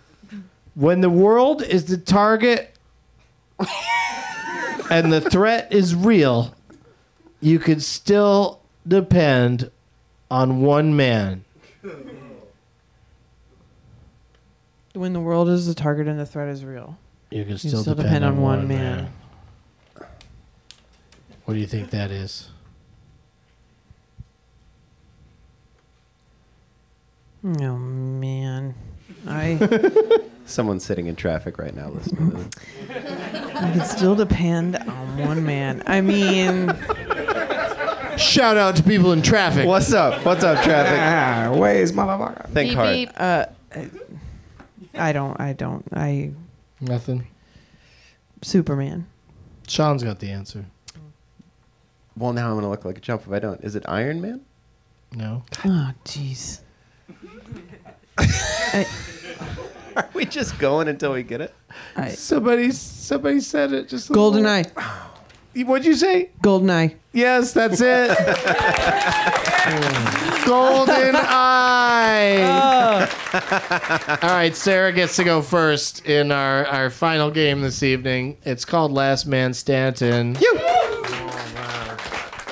S3: When the world is the target and the threat is real, you can still depend on one man.
S7: When the world is the target and the threat is real,
S3: You can
S7: you
S3: still,
S7: still, depend, on, one man.
S3: What do you think that is?
S7: Oh man,
S6: Someone's sitting in traffic right now listening to this.
S7: You can still depend on one man. I mean,
S3: Shout out to people in traffic.
S6: What's up? What's up, traffic?
S4: Ah, ways, motherfucker.
S6: Think
S5: Beep,
S6: hard.
S5: beep.
S7: uh, I don't. I don't. I
S3: Nothing.
S7: Superman.
S3: Sean's got the answer.
S6: Well, now I'm gonna look like a chump if I don't. Is it Iron Man?
S3: No.
S7: Oh, jeez.
S6: Are we just going until we get it?
S3: Somebody, somebody said it. Just a
S7: Golden
S3: little-
S7: Eye.
S3: What'd you say?
S7: Golden Eye.
S3: Yes, that's it. Golden Eye. All right, Sarah gets to go first in our, our final game this evening. It's called Last Man Stanton. You.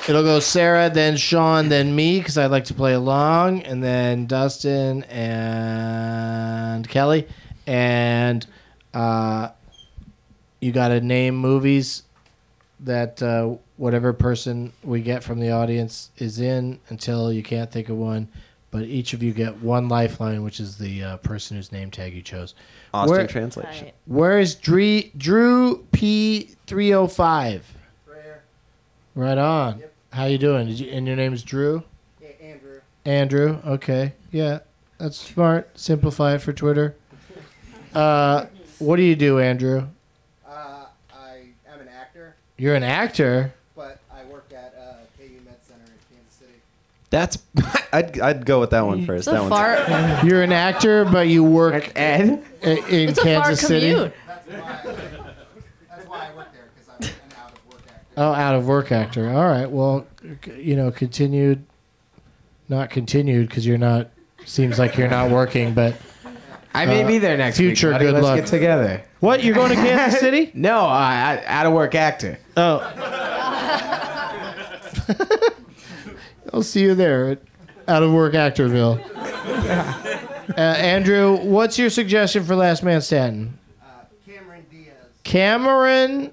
S3: It'll go Sarah, then Sean, then me, because I'd like to play along, and then Dustin and Kelly. And uh, you got to name movies that uh, whatever person we get from the audience is in until you can't think of one. But each of you get one lifeline, which is the uh, person whose name tag you chose.
S6: Austin
S3: Where-
S6: translation.
S3: Where is Drew, Drew P three hundred five? Right on. How you doing? Did you, and your name's Drew. Yeah, Andrew. Andrew. Okay. Yeah, that's smart. Simplify it for Twitter. Uh, what do you do, Andrew?
S10: Uh, I am an actor,
S3: You're an actor.
S10: but I work at uh, KU Med Center in Kansas City.
S6: That's. I'd, I'd go with that one first.
S5: It's a
S6: that one's-
S5: Mm. far.
S3: You're an actor, but you work
S4: Ed?
S3: i- in
S5: It's a far
S3: Kansas City.
S5: commute.
S10: That's why I work there because I'm an out of work actor.
S3: Oh, out of work actor. All right. Well, c- you know, continued, not continued because you're not. Seems like you're not working, but
S4: I may be there next
S3: future
S4: week. buddy.
S3: good
S4: Let's
S3: luck.
S4: get together.
S3: what? You're going to Kansas City?
S4: No, I, I, out of work actor.
S3: Oh. I'll see you there at Out of Work Actorville. Uh, Andrew, what's your suggestion for Last Man Standing?
S10: Uh, Cameron Diaz.
S3: Cameron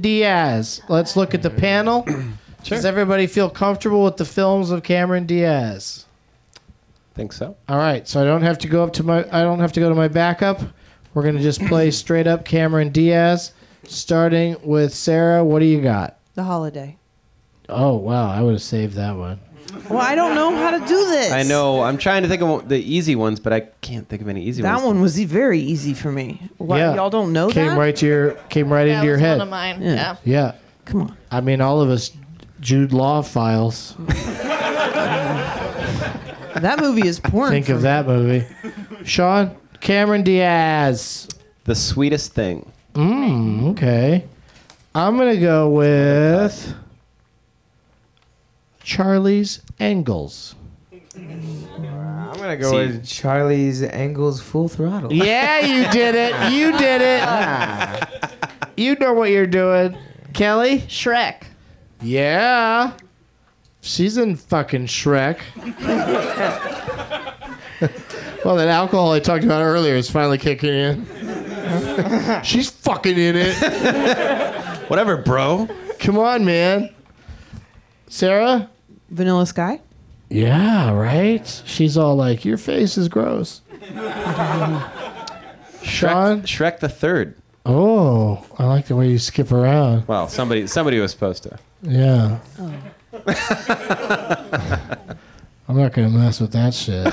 S3: Diaz. Let's look at the panel. Does everybody feel comfortable with the films of Cameron Diaz?
S6: Think so.
S3: All right, so I don't have to go up to my I don't have to go to my backup. We're gonna just play straight up Cameron Diaz, starting with Sarah. What do you got?
S7: The holiday.
S3: Oh wow, I would have saved that one.
S7: Well, I don't know how to do this.
S6: I know. I'm trying to think of the easy ones, but I can't think of any easy
S7: That
S6: ones.
S7: one was e- very easy for me. Why,
S3: Yeah.
S7: Y'all don't know
S3: Came
S7: that?
S3: right to your came right
S5: That
S3: into your
S5: was
S3: head.
S5: one of mine.
S7: Yeah.
S5: Yeah.
S3: Yeah,
S7: Come on.
S3: I mean all of us Jude Law files.
S7: That movie is porn.
S3: Think
S7: for
S3: of
S7: me.
S3: that movie. Sean Cameron Diaz.
S6: The sweetest thing.
S3: Mm, okay. I'm gonna go with Charlie's Angles.
S4: I'm gonna go with Charlie's Angles Full Throttle.
S3: Yeah, you did it. You did it. You know what you're doing. Kelly?
S5: Shrek.
S3: Yeah. She's in fucking Shrek. well, that alcohol I talked about earlier is finally kicking in. She's fucking in it.
S6: Whatever, bro.
S3: Come on, man. Sarah?
S7: Vanilla Sky?
S3: Yeah, right? She's all like, your face is gross. Sean?
S6: Shrek, Shrek the Third.
S3: Oh, I like the way you skip around.
S6: Well, somebody somebody was supposed to.
S3: Yeah. I'm not going to mess with that shit.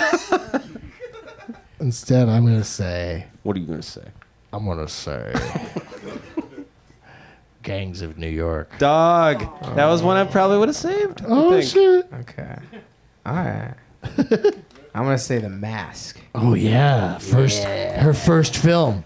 S3: Instead, I'm going to say,
S6: What are you gonna say?
S3: I'm going to say Gangs of New York.
S6: Dog. That was one I probably would have saved. I
S3: Oh,
S6: think.
S3: shit.
S4: Okay. All right. I'm gonna say The Mask.
S3: Oh, yeah. First, Her first film,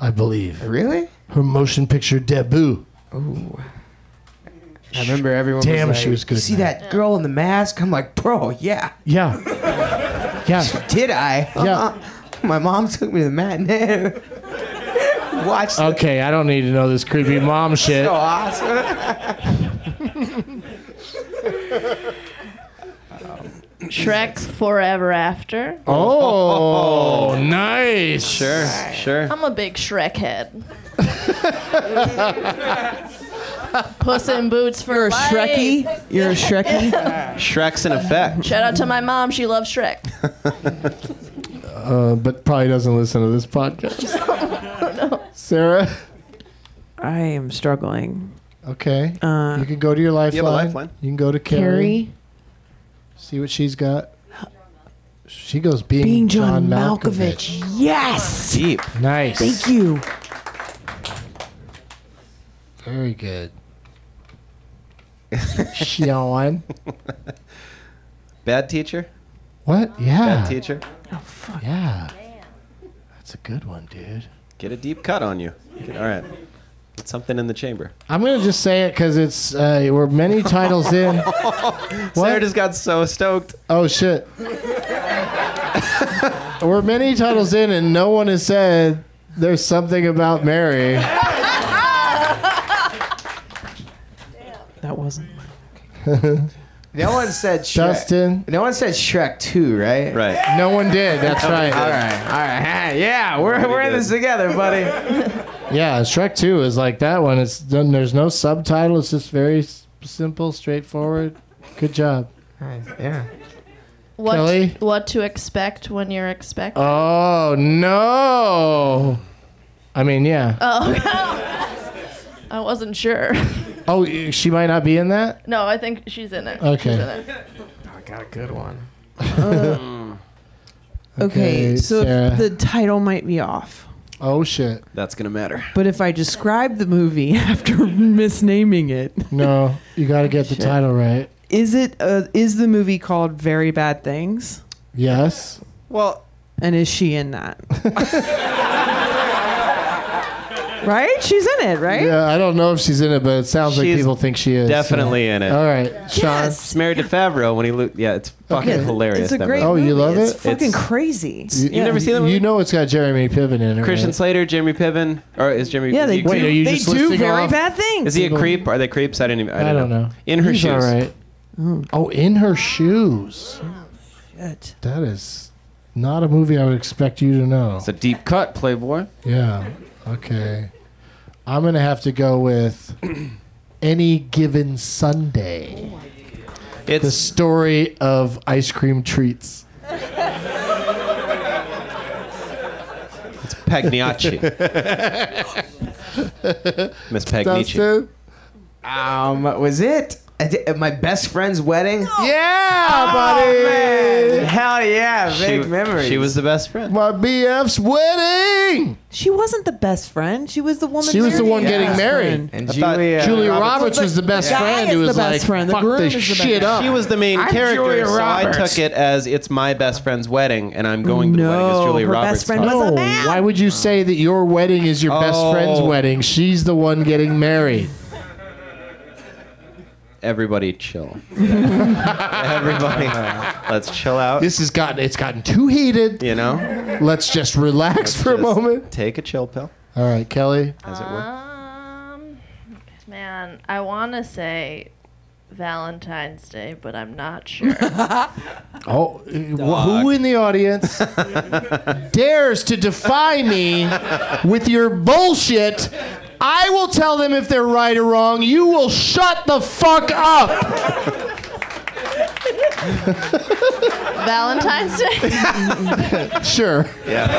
S3: I believe.
S4: Really?
S3: Her motion picture debut.
S4: I remember everyone.
S3: Damn,
S4: was like,
S3: she was good
S4: You
S3: in
S4: see that girl in the mask? I'm like, bro, yeah.
S3: Yeah. Yeah.
S4: Did I?
S3: Yeah.
S4: My mom took me to the matinee. Watched. it.
S3: Okay, I don't need to know this creepy mom shit.
S4: So awesome.
S5: Shrek Forever After.
S3: Oh, nice.
S6: Sure, sure.
S4: Oh.
S5: I'm a big Shrek head. Puss in Boots for
S7: You're a
S5: life.
S7: Shrekkie? You're a Shrekkie?
S6: Shrek's in effect.
S5: Shout out to my mom. She loves Shrek.
S3: uh, but probably doesn't listen to this podcast. Sarah?
S7: I am struggling.
S3: Okay. you can go to your lifeline.
S7: you have a lifeline?
S3: You can go to Carrie.
S7: Uh, Carrie?
S3: See what she's got. She goes being,
S7: Being
S3: John,
S7: John
S3: Malkovich.
S7: Yes.
S6: Deep.
S3: Nice.
S7: Thank you.
S3: Very good. Sean.
S6: Bad teacher?
S3: What? Yeah.
S6: Bad teacher?
S3: Oh, fuck. Yeah. That's a good one, dude.
S6: Get a deep cut on you. Get- all right. Get something in the chamber.
S3: I'm going to just say it because it's, uh, we're many titles in.
S6: Sarah just got so stoked.
S3: Oh, shit. we're many titles in and no one has said there's something about Mary.
S7: That wasn't.
S4: No one said Shrek.
S3: Dustin?
S4: No one said Shrek 2, right?
S6: Right.
S3: No one did. That's right.
S4: All right. All right. Hey, Yeah, we're, we're in this together, buddy.
S3: Yeah, Shrek 2 is like that one. It's done, there's no subtitle. It's just very s- simple, straightforward. Good job.
S4: Yeah.
S5: What
S3: Kelly?
S5: what to expect when you're expecting?
S3: Oh no. I mean, yeah.
S5: I wasn't sure.
S3: Oh, y- she might not be in that.
S5: no, I think she's in it.
S3: Okay.
S5: She's in it.
S4: I got a good one.
S7: Okay,
S3: Okay,
S7: so
S3: Sarah.
S7: if the title might be off.
S3: Oh shit.
S6: That's going to matter.
S7: But if I describe the movie after misnaming it,
S3: No, you got to get the title right.
S7: is it uh, is the movie called Very Bad Things?
S3: Yes.
S6: Well,
S7: And is she in that? right? She's in it, right?
S3: Yeah, I don't know if she's in it, but it sounds like
S6: She's
S3: people think she is. so-
S6: Definitely in it.
S3: All right, Sean.
S6: It's Mary DeFabro when he lo- yeah, it's fucking
S7: Yeah,
S6: hilarious.
S7: It's a
S6: that
S7: great
S6: movie.
S3: Oh, you
S7: movie.
S3: love
S7: it's
S3: it?
S7: fucking
S6: It's-
S7: crazy.
S3: You,
S6: You've never seen that
S3: You
S6: movie?
S3: know it's got Jeremy Piven in it.
S6: Christian
S3: right?
S6: Slater, Jeremy Piven, or is Jeremy?
S7: Yeah,
S6: is
S7: they
S6: he a
S7: do,
S6: creep?
S3: Wait, are you
S7: they
S3: just
S7: do
S3: listing
S7: very
S3: off-
S7: bad things.
S6: Is he a creep? Are they creeps? I didn't. Even, I,
S3: I don't know.
S6: In her
S3: He's
S6: shoes.
S3: All right. Oh, in her shoes.
S7: Shit.
S3: That is not a movie I would expect you to know.
S6: It's a deep cut, Playboy.
S3: Yeah. Okay. I'm gonna have to go with any given Sunday. The
S6: It's
S3: story of ice cream treats.
S6: Pagniacci. Miss Pagniacci.
S3: Dustin.
S4: Um, was it I di- at my best friend's wedding?
S3: Yeah, buddy.
S4: Man, hell yeah, big
S6: She-
S4: memories.
S6: She was the best friend.
S3: My BF's wedding.
S7: She wasn't the best friend. She was the woman.
S3: She was the
S7: marrying
S3: one getting
S7: best
S3: married.
S7: friend.
S4: and
S6: I thought
S4: Julia.
S3: Julia Roberts was the best
S7: guy
S3: friend
S7: is
S3: who
S7: the
S3: was like,
S7: best friend. The
S3: "Fuck
S7: groom
S3: this
S7: is the
S3: shit
S7: best
S3: up."
S6: She was the main
S4: I'm
S6: character,
S4: Julia
S6: so I
S4: Roberts.
S6: took it as it's my best friend's wedding, and I'm going to the wedding as
S7: No,
S6: Julia
S7: her best
S6: Roberts.
S7: friend
S6: thought.
S7: was
S3: No,
S7: a man.
S3: Oh, why would you say that your wedding is your best
S6: Oh.
S3: friend's wedding? She's the one getting married.
S6: Everybody chill. Everybody, let's chill out.
S3: This has gotten it's gotten too heated.
S6: you know,
S3: Let's just relax for a
S6: Just
S3: moment.
S6: Take a chill pill,
S3: All right, Kelly.
S6: as it were.
S5: Um, man, I want to say Valentine's Day, but I'm not sure.
S3: Oh, uh, wh- who in the audience dares to defy me with your bullshit? I will tell them if they're right or wrong. You will shut the fuck up.
S5: Valentine's Day.
S3: Sure.
S6: Yeah.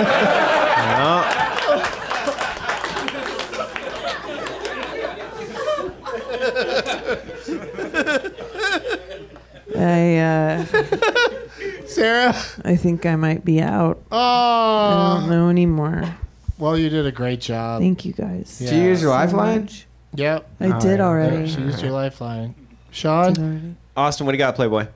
S7: I uh,
S3: Sarah.
S7: I think I might be out. I
S3: Oh.
S7: don't know anymore.
S3: Well, you did a great job.
S7: Thank you guys.
S3: Yeah.
S4: Did you use your lifeline?
S3: Yep.
S7: I did already.
S3: She used your lifeline. Sean,
S6: Austin, what do you got, Playboy?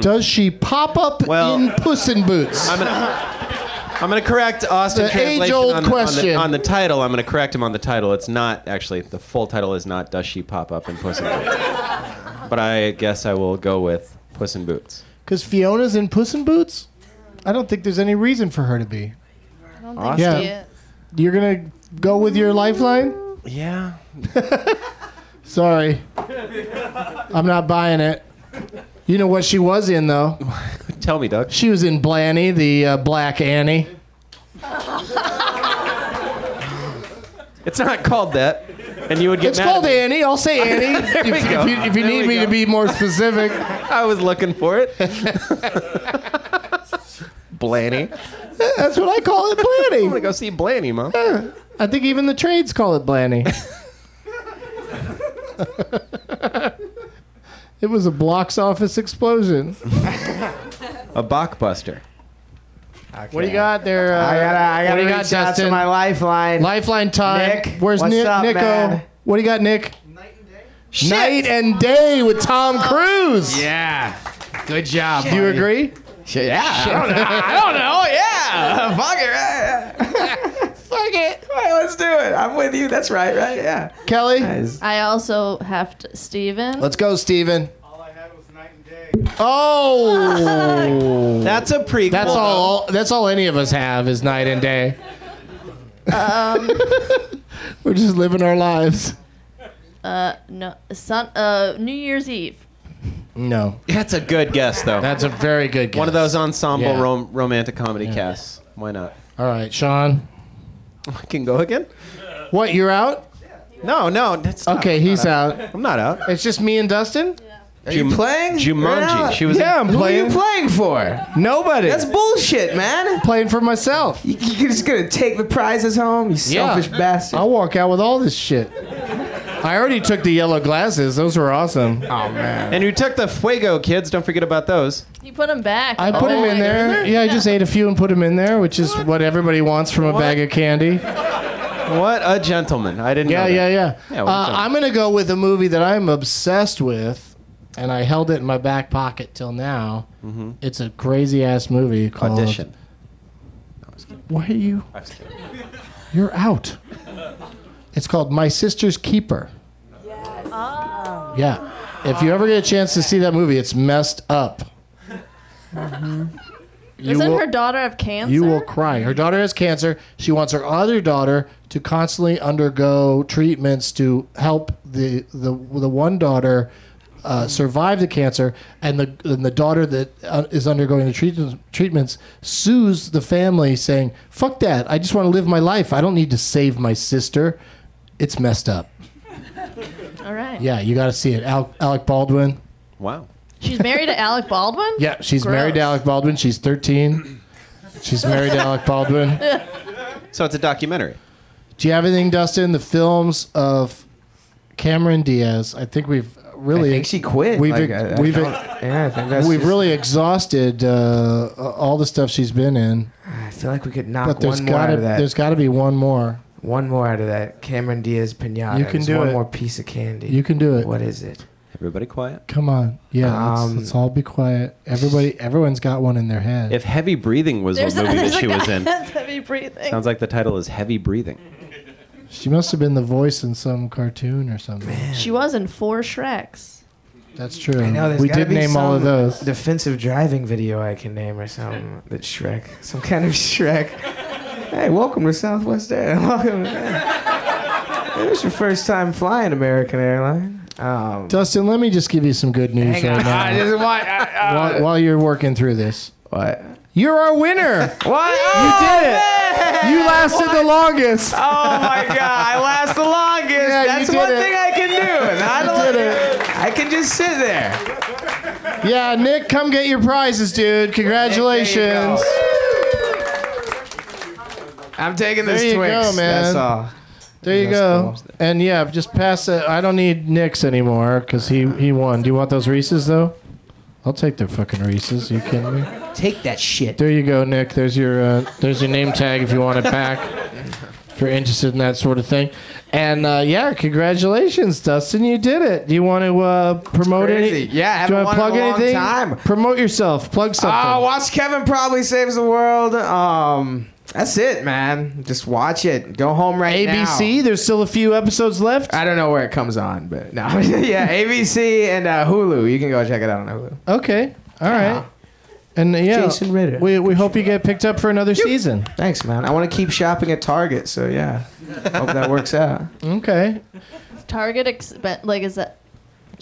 S3: does she pop up
S6: Well-
S3: in Puss in Boots?
S6: I'm gonna, I'm gonna correct Austin
S3: The
S6: translation
S3: age-old
S6: on, the- on the-
S3: question.
S6: on the title. I'm gonna correct him on the title. It's not actually the full title is not "Does She Pop Up in Puss in Boots," but I guess I will go with "Puss in Boots."
S3: Because Fiona's in Puss in Boots? I don't think there's any reason for her to be. Yeah. You're going to go with your lifeline?
S6: Yeah.
S3: Sorry. I'm not buying it. You know what she was in, though?
S6: Tell me, Doug.
S3: She was in Blanny, the uh, Black Annie.
S6: It's not called that, and you would get
S3: It's
S6: mad.
S3: called
S6: at me.
S3: Annie. I'll say Annie if,
S6: we
S3: if
S6: go.
S3: you, if you
S6: There
S3: need
S6: we
S3: me
S6: go.
S3: to be more specific.
S6: I was looking for it. Blanny.
S3: That's what I call it, Blanny. I'm
S6: gonna go see Blanny, mom.
S3: I think even the trades call it Blanny. it was a blocks office explosion.
S6: A Bachbuster.
S3: What do you got there? Uh,
S4: I gotta, I
S3: what
S4: gotta
S3: do you
S4: reach
S3: got,
S4: out
S3: Justin?
S4: to my lifeline.
S3: Lifeline time.
S4: Nick,
S3: Where's
S4: what's
S3: Nick?
S4: up,
S3: Nico?
S4: man?
S3: What do you got, Nick? Night and day with Tom Cruise.
S4: Yeah. Good job.
S3: Do you
S4: buddy.
S3: agree?
S4: Shit, Yeah. I don't, know. I don't know. Yeah. Fuck it. Right?
S3: Fuck it.
S4: All right, let's do it. I'm with you. That's right. Right. Yeah.
S3: Kelly?
S5: I also have to. Steven?
S3: Let's go, Steven. All I had was night and day. Oh.
S6: That's a prequel.
S3: That's all, That's all any of us have is night and day.
S5: Um,
S3: We're just living our lives.
S5: uh, no, sun, uh, New Year's Eve.
S3: No.
S6: That's a good guess, though.
S3: That's a very good guess.
S6: One of those ensemble
S3: Yeah.
S6: rom- romantic comedy casts. Why not?
S3: All right, Sean.
S6: I can go again.
S3: What? You're out?
S6: No, no. That's not-
S3: Okay,
S6: I'm
S3: he's
S6: not
S3: out.
S6: I'm not out.
S3: It's just me and Dustin.
S4: Are you
S6: Jum-
S4: playing?
S6: Jumanji.
S4: You're not.
S6: She was.
S3: Yeah, I'm
S4: Who
S3: playing.
S4: are you playing for?
S3: Nobody.
S4: That's bullshit, man.
S3: playing for myself.
S4: You- You're just gonna take the prizes home, you
S3: Yeah. Oh.
S4: selfish bastard.
S3: I'll walk out with all this shit. I already took the yellow glasses. Those were awesome.
S4: Oh man.
S6: And you took the Fuego kids. Don't forget about those.
S5: You put him back. Oh
S3: I put them in there. Oh, Yeah, I just ate a few and put them in there, which is what everybody wants from a bag of candy.
S6: What a gentleman! I didn't.
S3: Yeah,
S6: know
S3: yeah,
S6: that.
S3: yeah.
S6: Yeah,
S3: Uh,
S6: we're done.
S3: I'm going to go with a movie that I'm obsessed with, and I held it in my back pocket till now. It's a crazy ass movie called.
S6: Audition.
S3: Why are you?
S6: I was kidding.
S3: You're out. It's called My Sister's Keeper. Yeah. If you ever get a chance to see that movie, it's messed up. You
S5: Doesn't
S3: will-
S5: her daughter have cancer?
S3: you will cry. Her daughter has cancer. She wants her other daughter to constantly undergo treatments to help the the the one daughter uh, survive the cancer, and the and the daughter that uh, is undergoing the treatments treatments sues the family, saying, "Fuck that! I just want to live my life. I don't need to save my sister." It's messed up.
S5: All right.
S3: Yeah, you got to see it. Al- Alec Baldwin.
S6: Wow.
S5: She's married to Alec Baldwin?
S3: Yeah, she's married to
S5: Gross.
S3: Alec Baldwin. She's 13. She's married to Alec Baldwin.
S6: So it's a documentary.
S3: Do you have anything, Dustin? The films of Cameron Diaz. I think we've really.
S4: I think she quit.
S3: We've
S4: Like,
S3: ex-
S4: I- I
S3: we've
S4: don't-
S3: ex-
S4: yeah, I think that's
S3: we've
S4: just-
S3: really exhausted uh, all the stuff she's been in,
S4: I feel like we could knock
S3: but there's
S4: one more
S3: got
S4: out
S3: to
S4: of that.
S3: there's got to be one more.
S4: One more out of that Cameron Diaz pinata.
S3: You can
S4: Just
S3: do
S4: one
S3: it.
S4: more piece of candy.
S3: You can do it.
S4: What is it?
S6: Everybody quiet.
S3: Come on, yeah. let's-
S4: Um,
S3: let's, all be quiet. Everybody, everyone's got one in their head.
S6: If heavy breathing was
S5: There's
S6: a
S5: a-
S6: movie
S5: there's
S6: that
S5: a
S6: she was
S5: guy
S6: in,
S5: That's heavy breathing.
S6: sounds like the title is heavy breathing.
S3: she must have been the voice in some cartoon or something.
S5: she was in four Shreks.
S3: That's true.
S4: I know there's
S3: we
S4: gotta
S3: did
S4: be
S3: name
S4: some
S3: all of those.
S4: Defensive driving video I can name or something. That Shrek. Some kind of Shrek. Hey, welcome to Southwest Air. Welcome. It was your first time flying American Airline. Um,
S3: Dustin, let me just give you some good news
S4: hang on.
S3: right
S4: I
S3: now
S4: just want. uh, I-
S3: while, while you're working through this.
S4: I- what?
S3: You're our winner.
S4: What?
S3: did it. You lasted the longest.
S4: Oh my god, I last the longest.
S3: Yeah, you
S4: That's
S3: did
S4: one
S3: it.
S4: thing I can do. Not
S3: You did
S4: I can just sit there.
S3: Yeah, Nick, come get your prizes, dude. Congratulations.
S4: I'm taking this
S3: There you
S4: Twix.
S3: go, man.
S4: That's all.
S3: There you
S4: That's
S3: go.
S4: cool.
S3: And yeah, just pass it. I don't need Nick's anymore because he, he won. Do you want those Reese's, though? I'll take their fucking Reese's. you kidding me?
S4: Take that shit.
S3: There you go, Nick. There's your uh, there's your name tag if you want it back. if you're interested in that sort of thing. And uh, yeah, congratulations, Dustin. You did it. Do you want to uh, promote
S4: crazy.
S3: anything?
S4: Yeah, I
S3: Do
S4: haven't won in a
S3: you wanna plug
S4: long
S3: anything?
S4: time.
S3: Promote yourself. Plug something.
S4: Oh, watch Kevin probably saves the world. Um, that's it, man. Just watch it. Go home right now.
S3: ABC. There's still a few episodes left.
S4: I don't know where it comes on, but no, yeah, ABC and uh, Hulu. You can go check it out on Hulu.
S3: Okay. All right. And uh, yeah,
S4: Jason Ritter.
S3: We, we hope you get picked up for another season.
S4: Thanks, man. I want to keep shopping at Target, so yeah. Hope that works out.
S3: Okay.
S5: Target expen like is that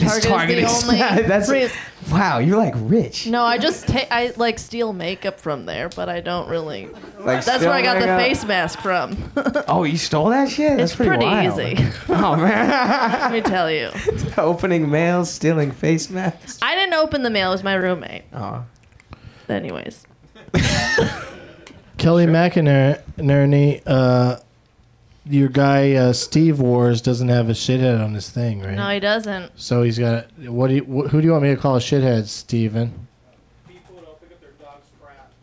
S4: It's
S5: Target, is the
S4: expensive.
S5: only.
S4: That's
S5: reason-
S4: wow. You're like rich.
S5: No, I just ta- I like steal makeup from there, but I don't really.
S4: Like
S5: That's where I got the
S4: stealing, uh,
S5: face mask from.
S4: Oh, you stole that shit. That's
S5: it's pretty,
S4: wild.
S5: easy.
S4: Oh man,
S5: Let me tell you.
S4: opening mail, stealing face masks.
S5: I didn't open the mail. It was my roommate.
S4: Oh,
S5: Anyways,
S3: Kelly McInerney, uh, your guy uh, Steve Wars doesn't have a shithead on his thing, right?
S5: No, he doesn't.
S3: So he's got what? Do you, wh- who do you want me to call a shithead, Steven?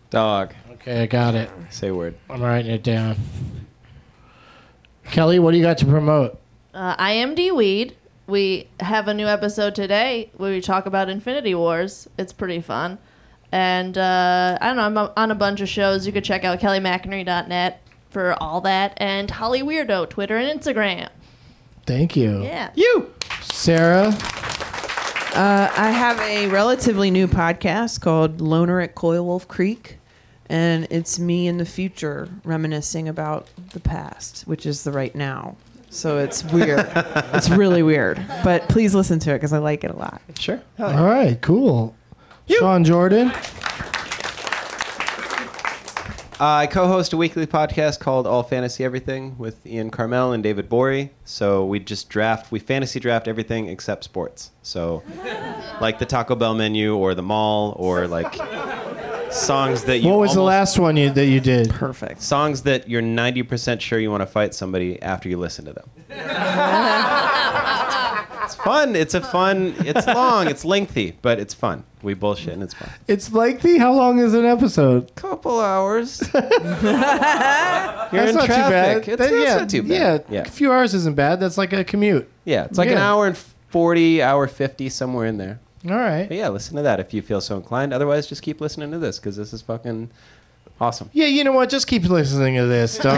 S6: Dog.
S3: Okay, I got it.
S6: Say word.
S3: I'm writing it down. Kelly, what do you got to promote?
S5: Uh, I am D Weed. We have a new episode today where we talk about Infinity Wars. It's pretty fun. And uh, I don't know, I'm on a bunch of shows. You could check out kellymcnary.net for all that. And Holly Weirdo, Twitter and Instagram.
S3: Thank you.
S5: Yeah.
S4: You.
S3: Sarah.
S7: Uh, I have a relatively new podcast called Loner at Coil Wolf Creek, and it's me in the future reminiscing about the past, which is the right now. So it's weird. it's really weird, but please listen to it because I like it a lot.
S4: Sure.
S3: All right, cool. Sean Jordan.
S6: Uh, I co-host a weekly podcast called All Fantasy Everything with Ian Carmel and David Bory. So we just draft, we fantasy draft everything except sports. So, like the Taco Bell menu or the mall or like songs that you.
S3: What was the
S6: almost-
S3: last one you that you did?
S7: Perfect.
S6: Songs that you're 90% sure you want to fight somebody after you listen to them. It's fun. It's a fun. It's long. It's lengthy, but it's fun. We bullshit and it's fun.
S3: It's lengthy. How long is an episode?
S4: Couple hours.
S6: You're
S3: That's
S6: in
S3: not too
S6: traffic.
S3: bad.
S6: It's,
S3: That-
S6: that's
S3: yeah,
S6: not too bad.
S3: Yeah, a few hours isn't bad. That's like a commute.
S6: Yeah, it's like an
S3: Yeah.
S6: hour and 40, hour 50, somewhere in there.
S3: All right.
S6: But yeah, listen to that if you feel so inclined. Otherwise, just keep listening to this because this is fucking awesome.
S3: Yeah, you know what? Just keep listening to this. Don't.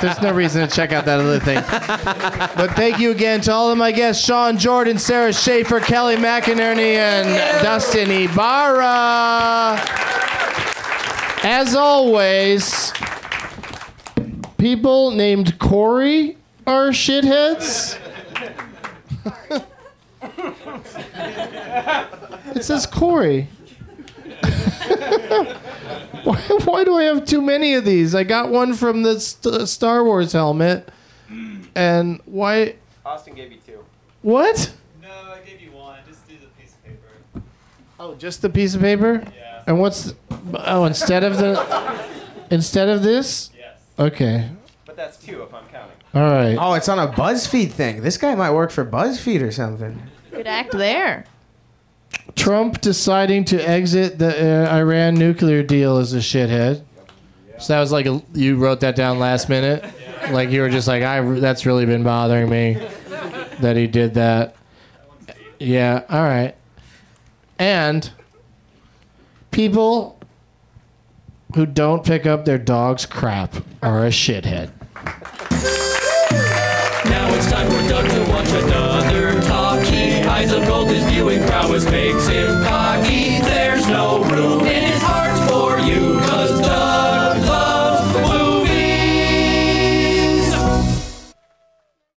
S3: There's no reason to check out that other thing. But thank you again to all of my guests: Sean Jordan, Sarah Schaefer, Kelly McInerney, and Dustin Ibarra. As always, people named Corey are shitheads. it says Corey. Why, why do I have too many of these? I got one from the st- Star Wars helmet. And why?
S6: Austin gave you two.
S3: What?
S10: No, I gave you one. Just do the piece of paper.
S3: Oh, just the piece of paper? Yeah. And what's. Oh, instead of the. Instead of this? Yes. Okay.
S6: But that's two if I'm counting.
S3: All right.
S4: Oh, it's on a BuzzFeed thing. This guy might work for BuzzFeed or something.
S5: Good act there.
S3: Trump deciding to exit the uh, Iran nuclear deal is a shithead. So that was like a, you wrote that down last minute, like you were just like, I that's really been bothering me that he did that. Yeah, all right. And people who don't pick up their dog's crap are a shithead.
S2: Now it's time for Doug to watch another talkie. Eyes of gold, his viewing prowess makes him cocky. There's no room